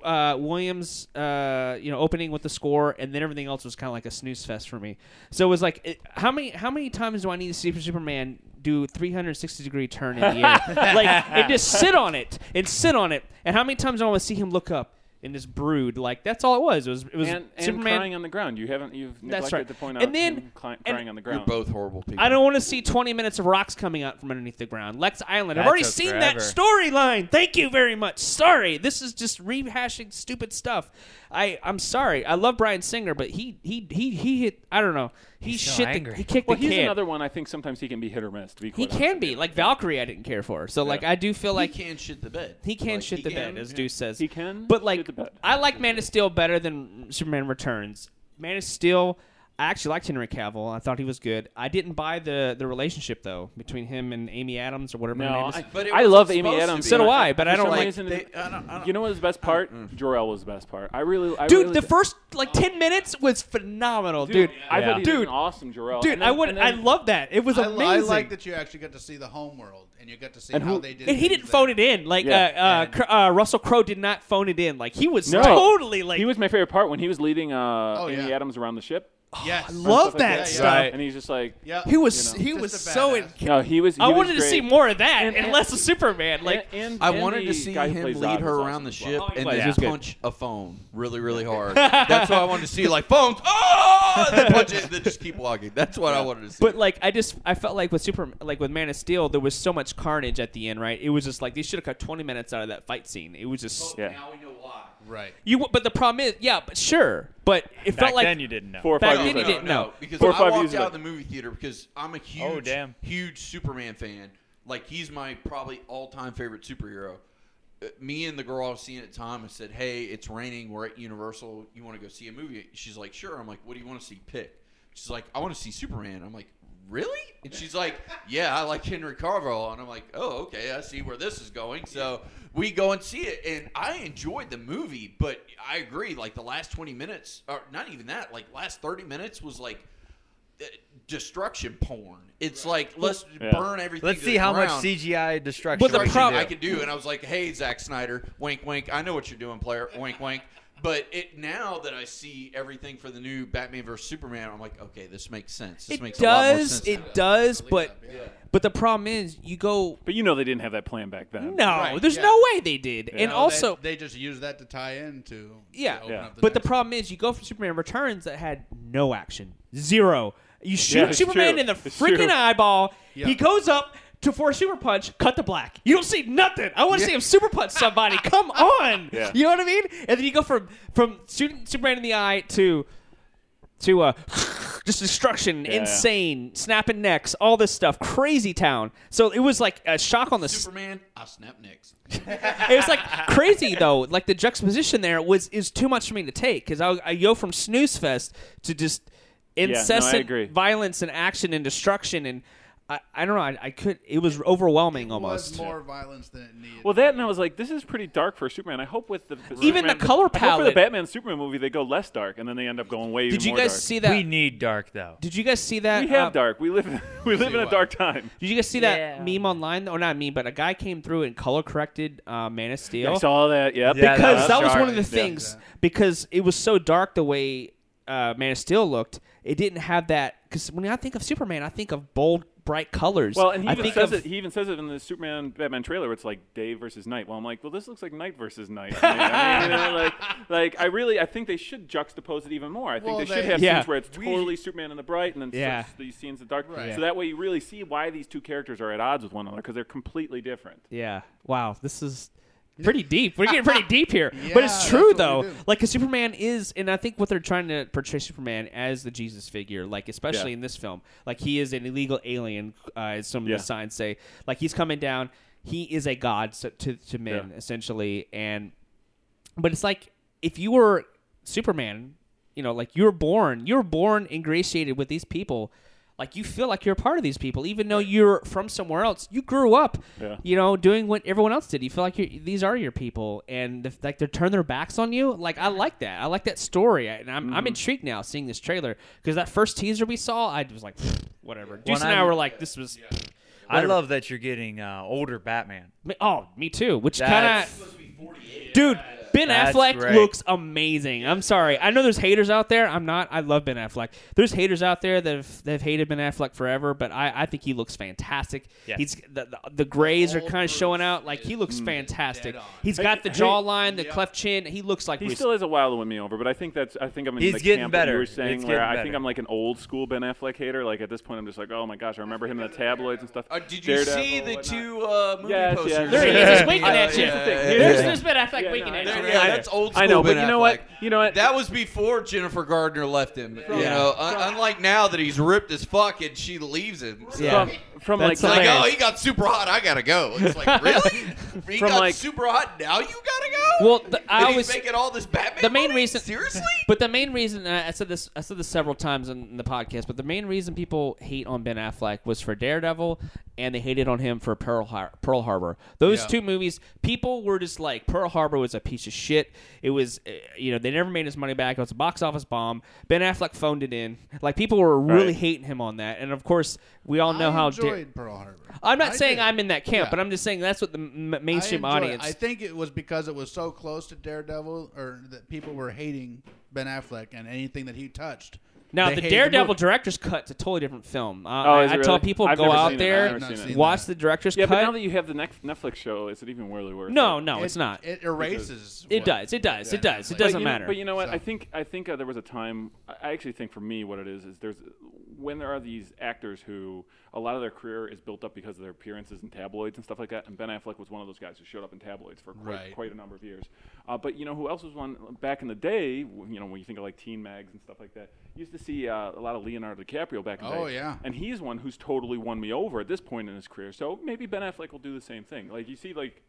S2: uh, Williams, uh, you know, opening with the score, and then everything else was kind of like a snooze fest for me. So it was like, it, how many how many times do I need to see Superman do 360 degree turn in the
S3: *laughs*
S2: air, like, and just sit on it and sit on it? And how many times do I want to see him look up and just brood? Like that's all it was. It was it was
S3: and, and
S2: Superman.
S3: crying on the ground. You haven't. You've neglected
S2: that's right.
S3: to point out
S2: and then
S3: him cli-
S2: and
S3: crying on the
S6: You're
S3: ground.
S6: both horrible people.
S2: I don't want to see 20 minutes of rocks coming out from underneath the ground. Lex Island. I've
S4: That
S2: already
S4: took
S2: seen that
S4: forever.
S2: storyline. Thank you very much. Sorry. This is just rehashing stupid stuff. I I'm sorry. I love Brian Singer, but he he he he hit I don't know. He
S4: He's so
S2: shit the,
S4: angry.
S2: he kicked
S3: Well,
S2: the
S3: he's
S2: can.
S3: another one. I think sometimes he can be hit or miss. To be
S2: he
S3: quite honest
S2: can
S3: with
S2: be
S3: you.
S2: like Valkyrie I didn't care for. So like I do feel
S6: He
S2: like he can,
S6: can shit the bed. Like,
S2: shit
S6: he
S2: the
S6: can.
S2: bed as Deuce says.
S3: He can
S2: But
S3: shit
S2: like
S3: the bed.
S2: I like Man of Steel better than Superman Returns. Man of Steel, I actually liked Henry Cavill. I thought he was good. I didn't buy the the relationship though between him and Amy Adams or whatever her
S3: No,
S2: name is.
S3: I,
S6: But it
S3: I
S6: wasn't
S3: love Amy
S6: supposed to
S3: Adams.
S6: be. So
S2: do
S3: and
S2: I, but I
S3: for
S2: don't
S3: some
S2: like-
S3: reason- uh,
S5: They- I don't- I don't-
S3: You know what was the best part? Jor-El was the best part. I really, I
S2: dude,
S3: really
S2: the first like
S5: Oh.
S2: ten minutes was phenomenal, dude.
S3: dude, I thought he was
S2: Dude.
S3: an awesome Jor-El.
S2: Dude,
S3: And then-
S2: I would,
S3: and then-
S2: I love that. It was
S5: I,
S2: amazing.
S5: li- I like that you actually got to see the homeworld and you got to see
S3: And
S5: how
S3: who-
S5: they did.
S2: And he didn't phone it in. Like
S3: Yeah.
S2: uh, uh, Cr- uh, Russell Crowe did not phone it in. Like he was
S3: No.
S2: totally like.
S3: He was my favorite part when he was leading uh,
S5: Oh,
S3: Amy
S5: yeah.
S3: Adams around the ship.
S5: Yes.
S2: I love
S3: Stuff like
S2: that
S5: Yeah, yeah.
S2: stuff.
S5: Right.
S3: And he's just like,
S5: Yeah.
S2: He was
S3: You know.
S2: he
S5: Just
S2: was
S5: a
S2: so. In-
S5: badass.
S3: no, he was. He
S2: I
S3: was
S2: wanted to
S3: great.
S2: see more of that,
S3: And-
S2: and,
S3: and-
S2: less of Superman. Like
S3: And- and-
S6: I
S3: and
S6: wanted
S3: the
S6: to see
S3: guy who
S6: him
S3: plays
S6: lead
S3: Zod
S6: her
S3: was
S6: around the
S3: awesome as
S6: ship
S3: well.
S2: Oh, he
S6: and
S2: was.
S6: then
S2: Yeah.
S6: just punch a phone really,
S3: *laughs*
S6: really hard. That's what I wanted to see. Like phones, oh, and then punch it, and then just keep walking. That's what I wanted to see.
S2: But like I just I felt like with Super like with Man of Steel there was so much carnage at the end right it was just like they should have cut twenty minutes out of that fight scene it was just
S3: Yeah.
S6: now we know why.
S5: Right.
S2: you but the problem is yeah but sure but it
S4: Back
S2: felt like
S4: then you didn't know.
S3: Four or
S2: Back
S3: five
S2: then
S3: years
S2: he
S3: ago.
S2: didn't. know.
S6: because
S3: Four or
S6: I
S3: five
S6: walked
S3: years
S6: out
S3: ago.
S6: of the movie theater because I'm a huge,
S4: Oh, damn.
S6: huge Superman fan. Like he's my probably all-time favorite superhero. Uh, Me and the girl I was seeing at the time, I said, "Hey, it's raining. We're at Universal. You want to go see a movie?" She's like, "Sure." I'm like, "What do you want to see?" Pick. She's like, "I want to see Superman." I'm like, "Really?" And she's like, "Yeah, I like Henry Cavill." And I'm like, "Oh, okay. I see where this is going." So we go and see it, and I enjoyed the movie, but I agree. Like the last 20 minutes, or not even that, like last 30 minutes was like uh, destruction porn. It's like let's
S3: Yeah.
S6: burn everything.
S4: Let's
S6: to
S4: see
S6: the
S4: how much
S6: ground.
S4: CGI destruction.
S2: But the
S4: we
S6: Destruction
S2: prob-
S4: can do.
S6: I could do. And I was like, "Hey, Zack Snyder, wink, wink. I know what you're doing, player. Wink, wink." But it now that I see everything for the new Batman vs Superman, I'm like, "Okay, this makes sense. This
S2: it
S6: makes a lot more
S2: does
S6: sense." now.
S2: it does but
S5: Yeah.
S2: but the problem is you go
S3: But you know they didn't have that plan back then.
S2: no
S5: Right,
S2: there's
S5: yeah.
S2: no way they did and
S5: No,
S2: also
S5: they, they just use that to tie into.
S2: Yeah.
S5: to open
S3: Yeah.
S5: up
S2: But the
S5: next-
S2: problem is, you go from Superman Returns that had no action, zero. You shoot
S3: it's
S2: Superman
S3: true.
S2: in the
S3: It's
S2: freaking
S3: true.
S2: eyeball.
S5: Yeah.
S2: He goes up, to for a super punch, cut to black. You don't see nothing. I want to see him super punch
S3: *laughs*
S2: somebody. Come on,
S3: Yeah.
S2: you know what I mean? And then you go from from shooting Superman in the eye to to uh *laughs* just destruction,
S3: Yeah.
S2: insane, snapping necks, all this stuff, crazy town. So it was like a shock on the s-
S5: Superman, I snap necks.
S2: it was like crazy though. Like the juxtaposition there was is too much for me to take because I, I go from snooze fest to just
S3: no, I
S2: incessant
S3: agree.
S2: violence and action and destruction and I, I don't know. I, I could. It was overwhelming
S5: Was
S2: almost.
S5: more violence than it needed.
S3: Well, that and I was like, this is pretty dark for Superman. I hope with the
S2: Even the
S3: Superman-
S2: color
S3: I hope for
S2: palette.
S3: the Batman Superman movie, they go less dark, and then they end up going way. even
S2: Did you
S3: more
S2: guys
S3: dark.
S2: see that?
S4: We need dark though.
S2: did you guys see that?
S3: We
S2: uh,
S3: have dark. We live. We live in *laughs* a
S5: what?
S3: dark time.
S2: Did you guys see
S4: Yeah.
S2: that meme online? Or not meme, but a guy came through and color corrected uh, Man of Steel.
S3: I saw that. Yep.
S4: Yeah, that
S2: because
S4: was
S2: that was
S4: dark.
S2: one of the
S4: Yeah.
S2: things because it was so dark the way uh, Man of Steel looked. It didn't have that because when I think of Superman, I think of bold, bright colors.
S3: Well, and he
S2: I
S3: even
S2: think
S3: says
S2: of,
S3: it. He even says it in the Superman Batman trailer. Where it's like day versus night. Well, I'm like, well, this looks like night versus night. I mean, I mean, you know,
S2: *laughs*
S3: like, like I really, I think they should juxtapose it even more. I think
S5: Well,
S3: they, should
S5: they-
S3: have
S2: Yeah.
S3: scenes where it's totally Superman in the bright, and then
S2: Yeah.
S3: s- these scenes in the dark.
S5: Right.
S3: So that way you really see why these two characters are at odds with one another because they're completely different.
S2: Yeah. Wow. This is pretty deep. We're getting pretty deep
S5: *laughs*
S2: here.
S5: Yeah,
S2: but it's true
S5: that's what we
S2: though.
S5: do.
S2: Like 'cause Superman is and I think what they're trying to portray Superman as the Jesus figure, like especially
S3: Yeah.
S2: in this film. Like he is an illegal alien uh, as some of
S3: Yeah.
S2: the signs say. Like he's coming down. He is a god so, to to men
S3: Yeah.
S2: essentially and but it's like if you were Superman, you know, like you're born, you're born ingratiated with these people. Like you feel like you're a part of these people, even though you're from somewhere else. You grew up,
S3: Yeah.
S2: you know, doing what everyone else did. You feel like you're, these are your people, and the, like they turn their backs on you. Like I like that. I like that story, I- and I'm, I'm intrigued now seeing this trailer because that first teaser we saw, I was like, whatever. Deuce and I
S4: I'm-
S2: were like, this was,
S4: I love that you're getting uh, older Batman.
S2: oh, me too. Which kind
S4: That's-
S2: of Dude, Ben
S4: That's
S2: Affleck
S4: great.
S2: looks amazing. I'm sorry. I know there's haters out there. I'm not. I love Ben Affleck. There's haters out there that have, that have hated Ben Affleck forever, but I, I think he looks fantastic.
S4: Yes.
S2: He's the, the, the grays are
S5: All
S2: kind of showing out. Like he looks fantastic. He's got the
S3: Hey, hey,
S2: jawline, the cleft chin. He looks like
S3: He
S2: Bruce-
S3: *laughs* still has a while to win me over, but I think that's I think I'm in
S4: He's
S3: the
S4: getting
S3: camp that
S4: better.
S3: you were
S4: He's
S3: saying
S4: getting
S3: where I
S4: better.
S3: think I'm like an old school Ben Affleck hater. Like at this point, I'm just like, oh my gosh, I remember him in the tabloids and stuff.
S6: Uh, did you
S3: Daredevil,
S6: see the
S3: whatnot.
S6: two uh, movie
S3: Yes, yes,
S6: posters?
S2: there he
S3: Yeah.
S2: is. He's winking
S6: Uh,
S2: at you.
S6: yeah, yeah,
S2: There's,
S6: yeah.
S2: there's Ben Affleck
S3: Yeah,
S2: winking
S3: no,
S2: at
S3: I-
S2: you.
S6: There- yeah, that's old school.
S3: I know, but
S6: Ben
S3: you know
S6: Affleck.
S3: what? You know what?
S6: That was before Jennifer Gardner left him. You know, un- unlike now that he's ripped as fuck and she leaves him.
S2: Yeah.
S3: from, from
S2: That's
S6: It's
S3: like
S6: like,
S2: hilarious.
S6: oh, he got super hot. I gotta go. It's
S3: *laughs*
S6: like, really? he
S3: From
S6: got
S3: like-
S6: super hot. Now you gotta go.
S2: Well, the- I
S6: And
S2: always-
S6: he's making all this Batman.
S2: the main
S6: money?
S2: reason
S6: seriously.
S2: but the main reason uh, i said this i said this several times in, in the podcast but the main reason people hate on ben affleck was for daredevil and they hated on him for pearl, Har- pearl harbor those
S6: Yeah.
S2: two movies people were just like pearl harbor was a piece of shit it was uh, you know they never made his money back it was a box office bomb ben affleck phoned it in like people were really
S3: Right.
S2: hating him on that and of course we all know
S5: I
S2: how Dar-
S5: enjoyed Pearl Harbor.
S2: i'm not
S5: I
S2: saying
S5: did.
S2: i'm in that camp
S5: Yeah.
S2: but i'm just saying that's what the m- m-
S5: I
S2: mainstream
S5: enjoyed it.
S2: audience
S5: I think it was because it was so close to Daredevil, or that people were hating Ben Affleck and anything that he touched.
S2: Now
S5: They
S2: the
S5: hated
S2: Daredevil
S5: movie.
S2: director's cut's a totally different film. Uh,
S3: Oh,
S2: I,
S3: is it
S2: I tell
S3: really?
S2: people
S3: I've
S2: go
S3: never
S2: out
S3: seen it.
S2: there,
S5: I've not seen it.
S2: watch the director's
S3: yeah, but
S2: cut.
S3: now that you have the Netf- Netflix show, is it even really worth?
S2: no,
S3: it?
S2: no, it's not. It,
S5: It erases. what-
S2: does. It does. It does. It
S5: But
S3: But
S2: doesn't
S3: you know-
S2: matter.
S3: but you know what?
S5: So-
S3: I think I think uh, there was a time. I I actually think for me, what it is is there's when there are these actors who a lot of their career is built up because of their appearances in tabloids and stuff like that. And Ben Affleck was one of those guys who showed up in tabloids for quite,
S5: Right.
S3: quite a number of years. Uh, but you know who else was one back in the day? w- You know when you think of like teen mags and stuff like that. You used to see uh, a lot of Leonardo DiCaprio back in the day.
S5: Oh, yeah.
S3: And he's one who's totally won me over at this point in his career. So maybe Ben Affleck will do the same thing. Like you see, like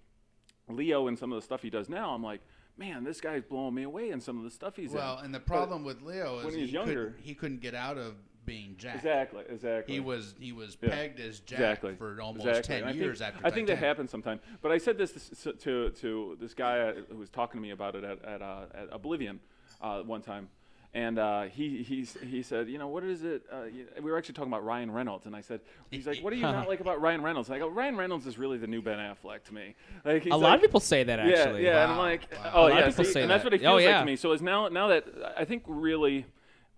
S3: Leo and some of the stuff he does now, I'm like, man, this guy's blowing me away in some of the stuff he's
S5: Well,
S3: in.
S5: and the problem with Leo is
S3: when he was
S5: he couldn't-
S3: younger-
S5: he couldn't get out of being Jack.
S3: exactly, exactly.
S5: He was he was
S3: Yeah.
S5: pegged as Jack
S3: exactly
S5: for almost
S3: exactly. And
S5: ten
S3: I
S5: years
S3: think,
S5: after.
S3: I think that
S5: Titanic.
S3: happens sometimes. But I said this to to, to this guy uh, who was talking to me about it at at, uh, at Oblivion uh, one time. And uh, he, he s- he said, you know, what is it? Uh, you- we were actually talking about Ryan Reynolds, and I said, he's like,
S5: *laughs*
S3: what do you not like about Ryan Reynolds? And I go, Ryan Reynolds is really the new Ben Affleck to me. Like he's
S2: a lot
S3: like-
S2: of people say that actually.
S3: yeah, yeah. And I'm
S5: Wow.
S3: like,
S5: Wow.
S2: A
S3: oh
S2: lot of
S3: yeah,
S2: people
S3: see,
S2: say
S3: and that's
S2: that.
S3: what it
S2: Oh,
S3: feels like
S2: yeah.
S3: to me. So is now now that I think really,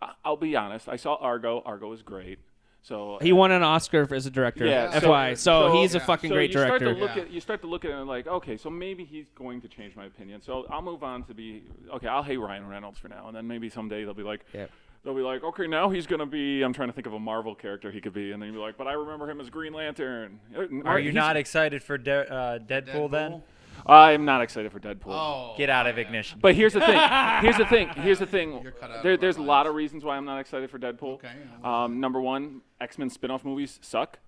S3: I- I'll be honest. I saw Argo. Argo is great. So
S2: He won an Oscar for- as a director.
S3: Yeah, so-
S2: FYI. So,
S3: so-
S2: he's a
S3: yeah.
S2: fucking
S3: so
S2: great
S3: you
S2: director.
S3: Start to look at, you start to look at it and like, okay, so maybe he's going to change my opinion. So I'll move on to be okay. I'll hate Ryan Reynolds for now, and then maybe someday they'll be like,
S2: Yeah.
S3: they'll be like, okay, now he's gonna be. I'm trying to think of a Marvel character he could be, and then you'll be like, but I remember him as Green Lantern. Uh,
S4: Are
S3: he's-
S4: you not excited for De- uh, Deadpool, then?
S5: Deadpool?
S3: I'm not excited for Deadpool.
S5: Oh,
S4: Get out of ignition.
S3: But here's the thing. Here's the thing. Here's the thing.
S5: You're cut out
S3: There,
S5: of our
S3: there's a lot of
S5: lives.
S3: reasons why I'm not excited for Deadpool.
S5: Okay, yeah, what
S3: Um, number one, X-Men spin-off movies suck.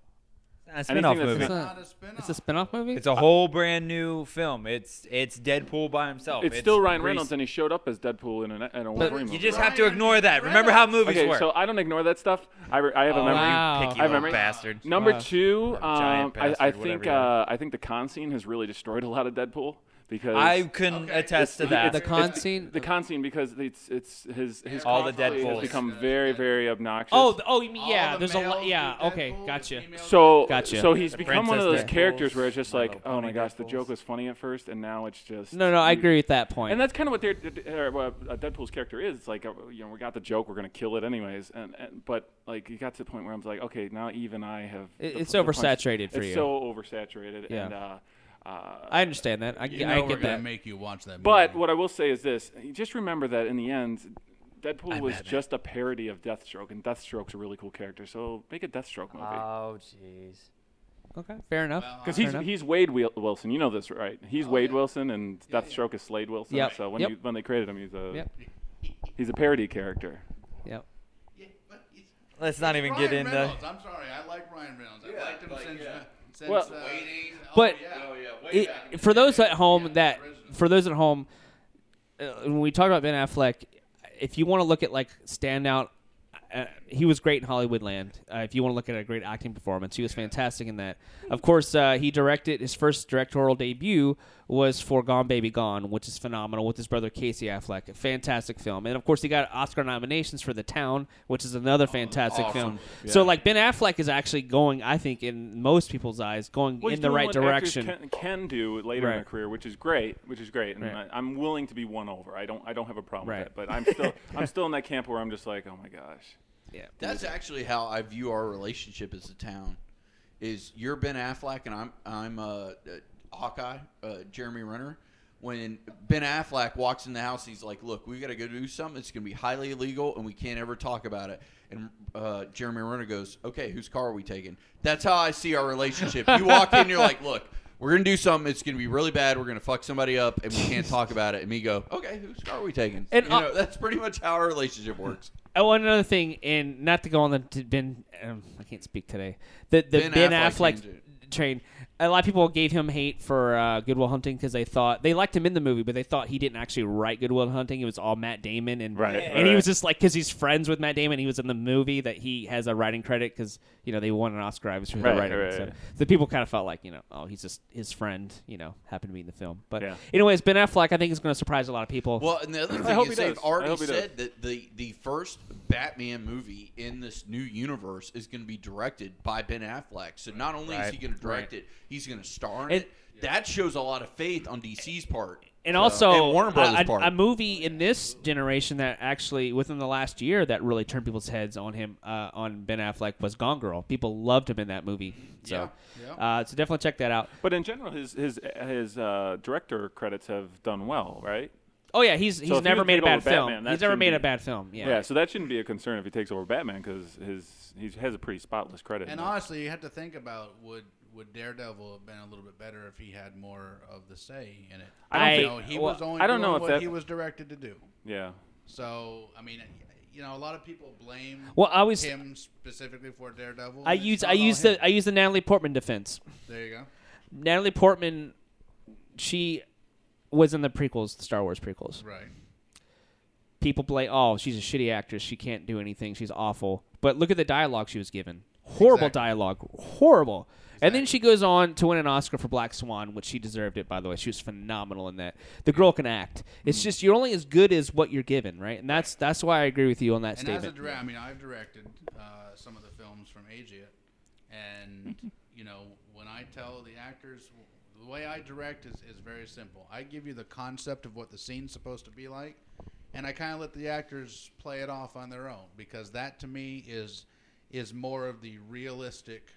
S4: It's a
S3: anything
S4: spin-off
S3: that's
S2: It's
S3: not-
S4: movie.
S5: Oh, Not a spin-off.
S2: It's a spin-off movie.
S4: It's a whole brand new film. It's it's Deadpool by himself.
S3: It's, still Ryan
S4: Reese-
S3: Reynolds, and he showed up as Deadpool in, an, in a Wolverine
S4: You
S3: movie.
S4: just
S5: Ryan
S4: have to ignore that. Remember how movies
S3: okay,
S4: work. Oh,
S3: so I don't ignore that stuff. I, re- I have a memory.
S2: wow.
S4: Picky
S3: I
S4: little
S3: remember-
S4: bastard.
S3: Number
S2: Wow.
S3: two,
S4: a giant
S3: um, I, I
S4: bastard,
S3: think
S4: whatever you are.
S3: uh, I think the con scene has really destroyed a lot of Deadpool because
S4: I can
S5: Okay.
S4: attest to
S3: It's-
S4: that.
S2: The
S3: it's-
S2: con
S3: it's-
S2: scene.
S3: the con scene because it's it's his his
S4: All the
S3: cosplay
S4: Deadpools.
S3: has become very very obnoxious.
S2: oh, th- oh, you mean-
S5: All
S2: yeah.
S5: the
S2: There's a lot.
S5: males
S2: Yeah.
S5: do
S2: Okay.
S5: Deadpool, the
S2: Gotcha.
S5: females do
S3: So,
S2: Gotcha.
S3: so he's become one of those
S4: Princess Deadpools,
S3: characters where it's just
S4: My
S3: like,
S4: Little
S3: oh
S4: Pony
S3: my gosh, the
S4: Deadpools.
S3: joke was funny at first, and now it's just.
S2: No, no, I
S3: you-
S2: agree with that point.
S3: And that's kind of what their, their, uh, Deadpool's character is. It's like, uh, you know, we got the joke, we're gonna kill it anyways. And, and but like, you got to the point where I'm like, okay, now even I have.
S2: It-
S3: the-
S2: it's
S3: the punch-
S2: oversaturated for you.
S3: It's so oversaturated,
S2: Yeah.
S3: and uh, uh,
S2: I understand that. I,
S5: You
S2: I
S5: know we're
S2: get
S5: gonna
S2: that.
S5: make you watch that.
S3: But
S5: movie.
S3: what I will say is this: just remember that in the end, Deadpool was just a parody of Deathstroke, and Deathstroke's a really cool character. So make a Deathstroke movie.
S4: oh jeez.
S2: okay, fair enough.
S5: Well,
S3: Because
S2: Fair
S3: he's
S2: enough.
S3: he's Wade Wil- Wilson, you know this, right? He's Wade
S5: yeah.
S3: Wilson, and Deathstroke is Slade Wilson.
S2: Yep.
S3: So when
S2: Yep.
S3: you, when they created him, he's a
S2: Yep.
S3: he's a parody character.
S2: Yep.
S5: Yeah, but it's-
S4: Let's not even
S5: Ryan
S4: get into.
S5: Reynolds. I'm sorry. I like Ryan Reynolds. I
S6: Yeah,
S5: liked him
S6: like,
S5: since.
S6: yeah.
S5: since
S3: Well-
S5: uh,
S6: Waiting.
S5: oh,
S2: But-
S5: yeah.
S6: Oh yeah, way
S2: It-
S6: back in the
S2: for
S6: day.
S2: those at home that
S5: original.
S2: for those at home uh, when we talk about Ben Affleck if you want to look at like standout uh, he was great in Hollywoodland. Uh, if you want to look at a great acting performance, he was fantastic in that. Of course, uh, he directed his first directorial debut was for Gone Baby Gone, which is phenomenal with his brother Casey Affleck. A fantastic film, and of course, he got Oscar nominations for The Town, which is another fantastic film. So, like Ben Affleck is actually going, I think, in most people's eyes, going
S3: Well, he's
S2: in the
S3: doing
S2: right
S3: what actors
S2: direction.
S3: Can, can do later in their
S2: Right.
S3: career, which is great, which is great, and
S2: Right.
S3: I, I'm willing to be won over. I don't I don't have a problem
S2: Right.
S3: with it, but I'm
S2: *laughs*
S3: still I'm still in that camp where I'm just like, oh my gosh.
S2: yeah.
S6: That's actually how I view our relationship as a town. Is you're Ben Affleck and I'm I'm uh, uh, Hawkeye, uh, Jeremy Renner. When Ben Affleck walks in the house, he's like, "Look, we got to go do something. It's going to be highly illegal, and we can't ever talk about it." And uh, Jeremy Renner goes, "Okay, whose car are we taking?" That's how I see our relationship. You walk in, you're like, "Look, we're going to do something. It's going to be really bad. We're going to fuck somebody up, and we can't talk about it." And me go, "Okay, whose car are we taking?"
S2: And,
S6: you
S2: uh,
S6: know, that's pretty much how our relationship works.
S2: Oh, and another thing, and not to go on the t- Ben, um, I can't speak today. The the Ben,
S6: Ben
S2: Affleck,
S6: Affleck
S2: train. A lot of people gave him hate for uh, Goodwill Hunting because they thought they liked him in the movie, but they thought he didn't actually write Goodwill Hunting. It was all Matt Damon, and
S3: Right,
S2: and
S3: right,
S2: he
S3: right.
S2: was just like because he's friends with Matt Damon, he was in the movie that he has a writing credit because you know they won an Oscar obviously for the
S3: Right,
S2: writing.
S3: right,
S2: so
S3: right.
S2: the people kind of felt like you know oh he's just his friend you know happened to be in the film. But
S3: Yeah.
S2: anyways, Ben Affleck I think is going to surprise a lot of people.
S6: Well, and the other thing
S3: hope
S6: is
S3: he
S6: they've
S3: does. *clears throat* I
S6: already
S3: hope he does.
S6: said that the the first Batman movie in this new universe is going to be directed by Ben Affleck. So not only is
S4: Right.
S6: he going to direct it, he's going to star in
S2: And-
S6: it. That shows a lot of faith on DC's part.
S2: and
S6: So-
S2: also
S6: and Warner Brothers'
S2: a- a,
S6: part.
S2: a movie in this generation that actually within the last year that really turned people's heads on him uh, on Ben Affleck was Gone Girl. People loved him in that movie, so
S5: Yeah,
S2: Uh, so definitely check that out.
S3: But in general, his his his uh, director credits have done well, right?
S2: Oh yeah, he's he's
S3: if he
S2: never
S3: was
S2: made a
S3: gonna go
S2: bad
S3: with
S2: film.
S3: Batman, that
S2: he's never
S3: shouldn't
S2: made
S3: be-
S2: a bad film. Yeah,
S3: Yeah. so that shouldn't be a concern if he takes over Batman because his he has a pretty spotless credit.
S5: and
S3: in that.
S5: honestly, you have to think about would would Daredevil have been a little bit better if he had more of the say in it?
S2: I
S5: you
S2: don't
S5: know,
S2: think-
S5: he
S2: well,
S5: was only
S3: I don't
S5: doing
S3: know if
S5: what
S3: that-
S5: he was directed to do.
S3: yeah,
S5: So I mean, you know, a lot of people blame
S2: Well, I was
S5: him specifically for Daredevil.
S2: I
S5: and it's
S2: use
S5: not
S2: I
S5: all
S2: use
S5: him.
S2: the I use the Natalie Portman defense.
S5: There you go.
S2: Natalie Portman, she was in the prequels, the Star Wars prequels.
S5: Right.
S2: people play oh she's a shitty actress she can't do anything she's awful but look at the dialogue she was given horrible
S5: Exactly.
S2: dialogue horrible and then she goes on to win an oscar for black swan which she deserved it by the way she was phenomenal in that the girl can act it's
S5: Mm.
S2: just you're only as good as what you're given right and that's that's why i agree with you on that
S5: And
S2: statement
S5: as a director, I mean, I've directed uh, some of the films from Asia, and
S2: *laughs*
S5: you know, when I tell the actors, the way I direct is, is very simple. I give you the concept of what the scene's supposed to be like, and I kind of let the actors play it off on their own because that to me is is more of the realistic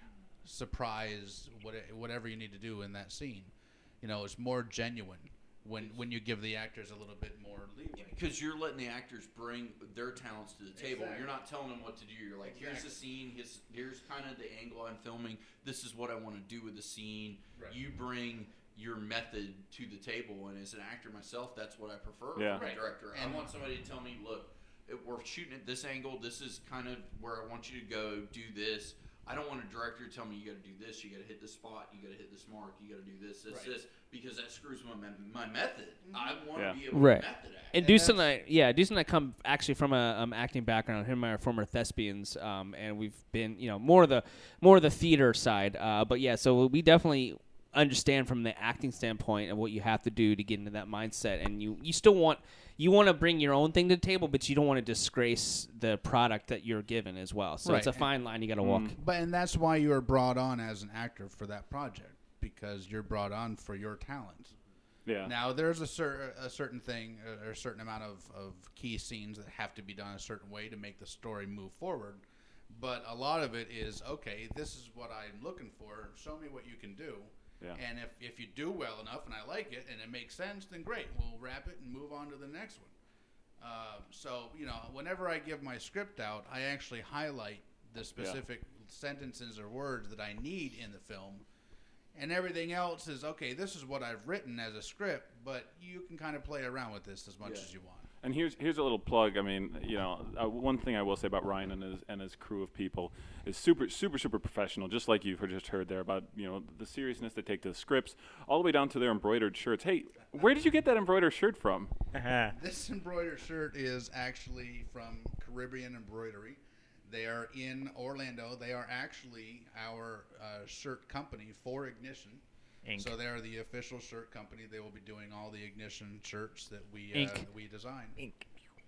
S5: surprise, what, whatever you need to do in that scene. You know, it's more genuine. when when you give the actors a little bit more leeway.
S6: Because you're letting the actors bring their talents to the table. You're not telling them what to do. You're like, here's the scene. Here's, here's kind of the angle I'm filming. This is what I want to do with the scene. You bring your method to the table, and as an actor myself, that's what I prefer
S3: Yeah.
S6: from a
S5: Right.
S6: director.
S5: And-
S6: I want somebody to tell me, look, it, we're shooting at this angle. This is kind of where I want you to go. Do this. I don't want a director to tell me you got to do this. You got to hit this spot. You got to hit this mark. You got to do this, this,
S5: Right. Mm-hmm.
S6: this, because that screws my me- my method. I want
S3: Yeah.
S6: to be able
S2: Right.
S6: to method act.
S2: And Deuce and I, yeah, Deuce and I come actually from a um, acting background. Him and I are former thespians, um, and we've been, you know, more of the more of the theater side. Uh, but yeah, so we definitely understand from the acting standpoint and what you have to do to get into that mindset. And you you still want you want to bring your own thing to the table, but you don't want to disgrace the product that you're given as well. So it's a
S5: Right.
S2: fine line you got to walk.
S5: But and that's why you are brought on as an actor for that project because you're brought on for your talent.
S3: Yeah.
S5: Now there's a, cer- a certain thing uh, or a certain amount of, of key scenes that have to be done a certain way to make the story move forward. But a lot of it is okay. This is what I'm looking for. Show me what you can do.
S3: Yeah.
S5: And if, if you do well enough and I like it and it makes sense, then great. We'll wrap it and move on to the next one. Um, so you know, whenever I give my script out, I actually highlight the specific sentences or words that I need in the film, and everything else is okay. This is what I've written as a script, but you can kind of play around with this as much as you want.
S3: And here's here's a little plug. I mean, you know, uh, one thing I will say about Ryan and his and his crew of people is super super super professional. Just like you've just heard there about you know the seriousness they take to the scripts, all the way down to their embroidered shirts. Hey, where did you get that embroidered shirt from?
S5: This *laughs* embroidered shirt is actually from Caribbean Embroidery. They are in Orlando. They are actually our uh, shirt company for Ignition.
S4: Inc.
S5: So they are the official shirt company. They will be doing all the Ignition shirts that we uh,
S2: Inc.
S5: that we design.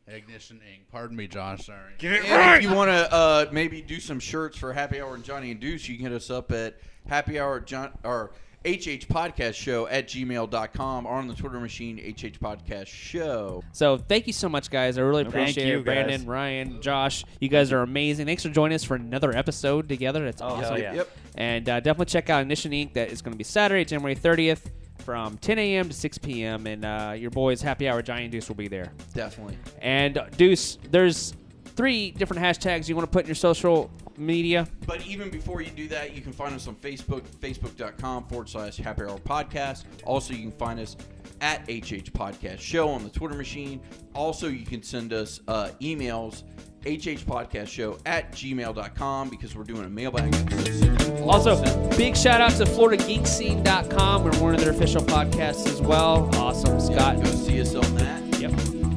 S5: Ignition Inc. Pardon me, Josh. Sorry.
S6: And if you want to uh, maybe do some shirts for Happy Hour and Johnny and Deuce, you can hit us up at Happy Hour John or HH Podcast Show at gmail.com or on the Twitter machine HH Podcast Show.
S2: So thank you so much, guys. I really
S4: problem.
S2: appreciate
S4: Thank you,
S2: it. Brandon,
S4: guys.
S2: Ryan, Josh, you guys are amazing. Thanks for joining us for another episode together. That's awesome.
S4: Oh, yeah.
S6: Yep.
S2: And uh, definitely check out Ignition Inc. That is going to be Saturday, January 30th from 10 a.m. to 6 p.m. And uh, your boys, Happy Hour Giant Deuce, will be there.
S6: Definitely.
S2: And uh, Deuce, there's three different hashtags you want to put in your social media.
S6: But even before you do that, you can find us on Facebook, facebook.com forward slash Happy Hour Podcast. Also, you can find us at HH Podcast Show on the Twitter machine. Also, you can send us uh, emails, hhpodcastshow at gmail.com because we're doing a mailbag episode.
S2: Also, big shout out to FloridaGeekScene.com. We're one of their official podcasts as well. Awesome, Scott.
S6: go see us on that.
S2: Yep.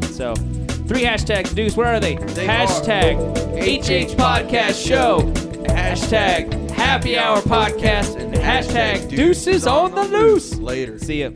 S2: So, three hashtags, Deuce. Where are they?
S6: They
S2: hashtag
S6: are
S2: HH Podcast Show. Hashtag Happy Hour Podcast. And hashtag Deuces on the Loose.
S6: Later.
S2: See ya.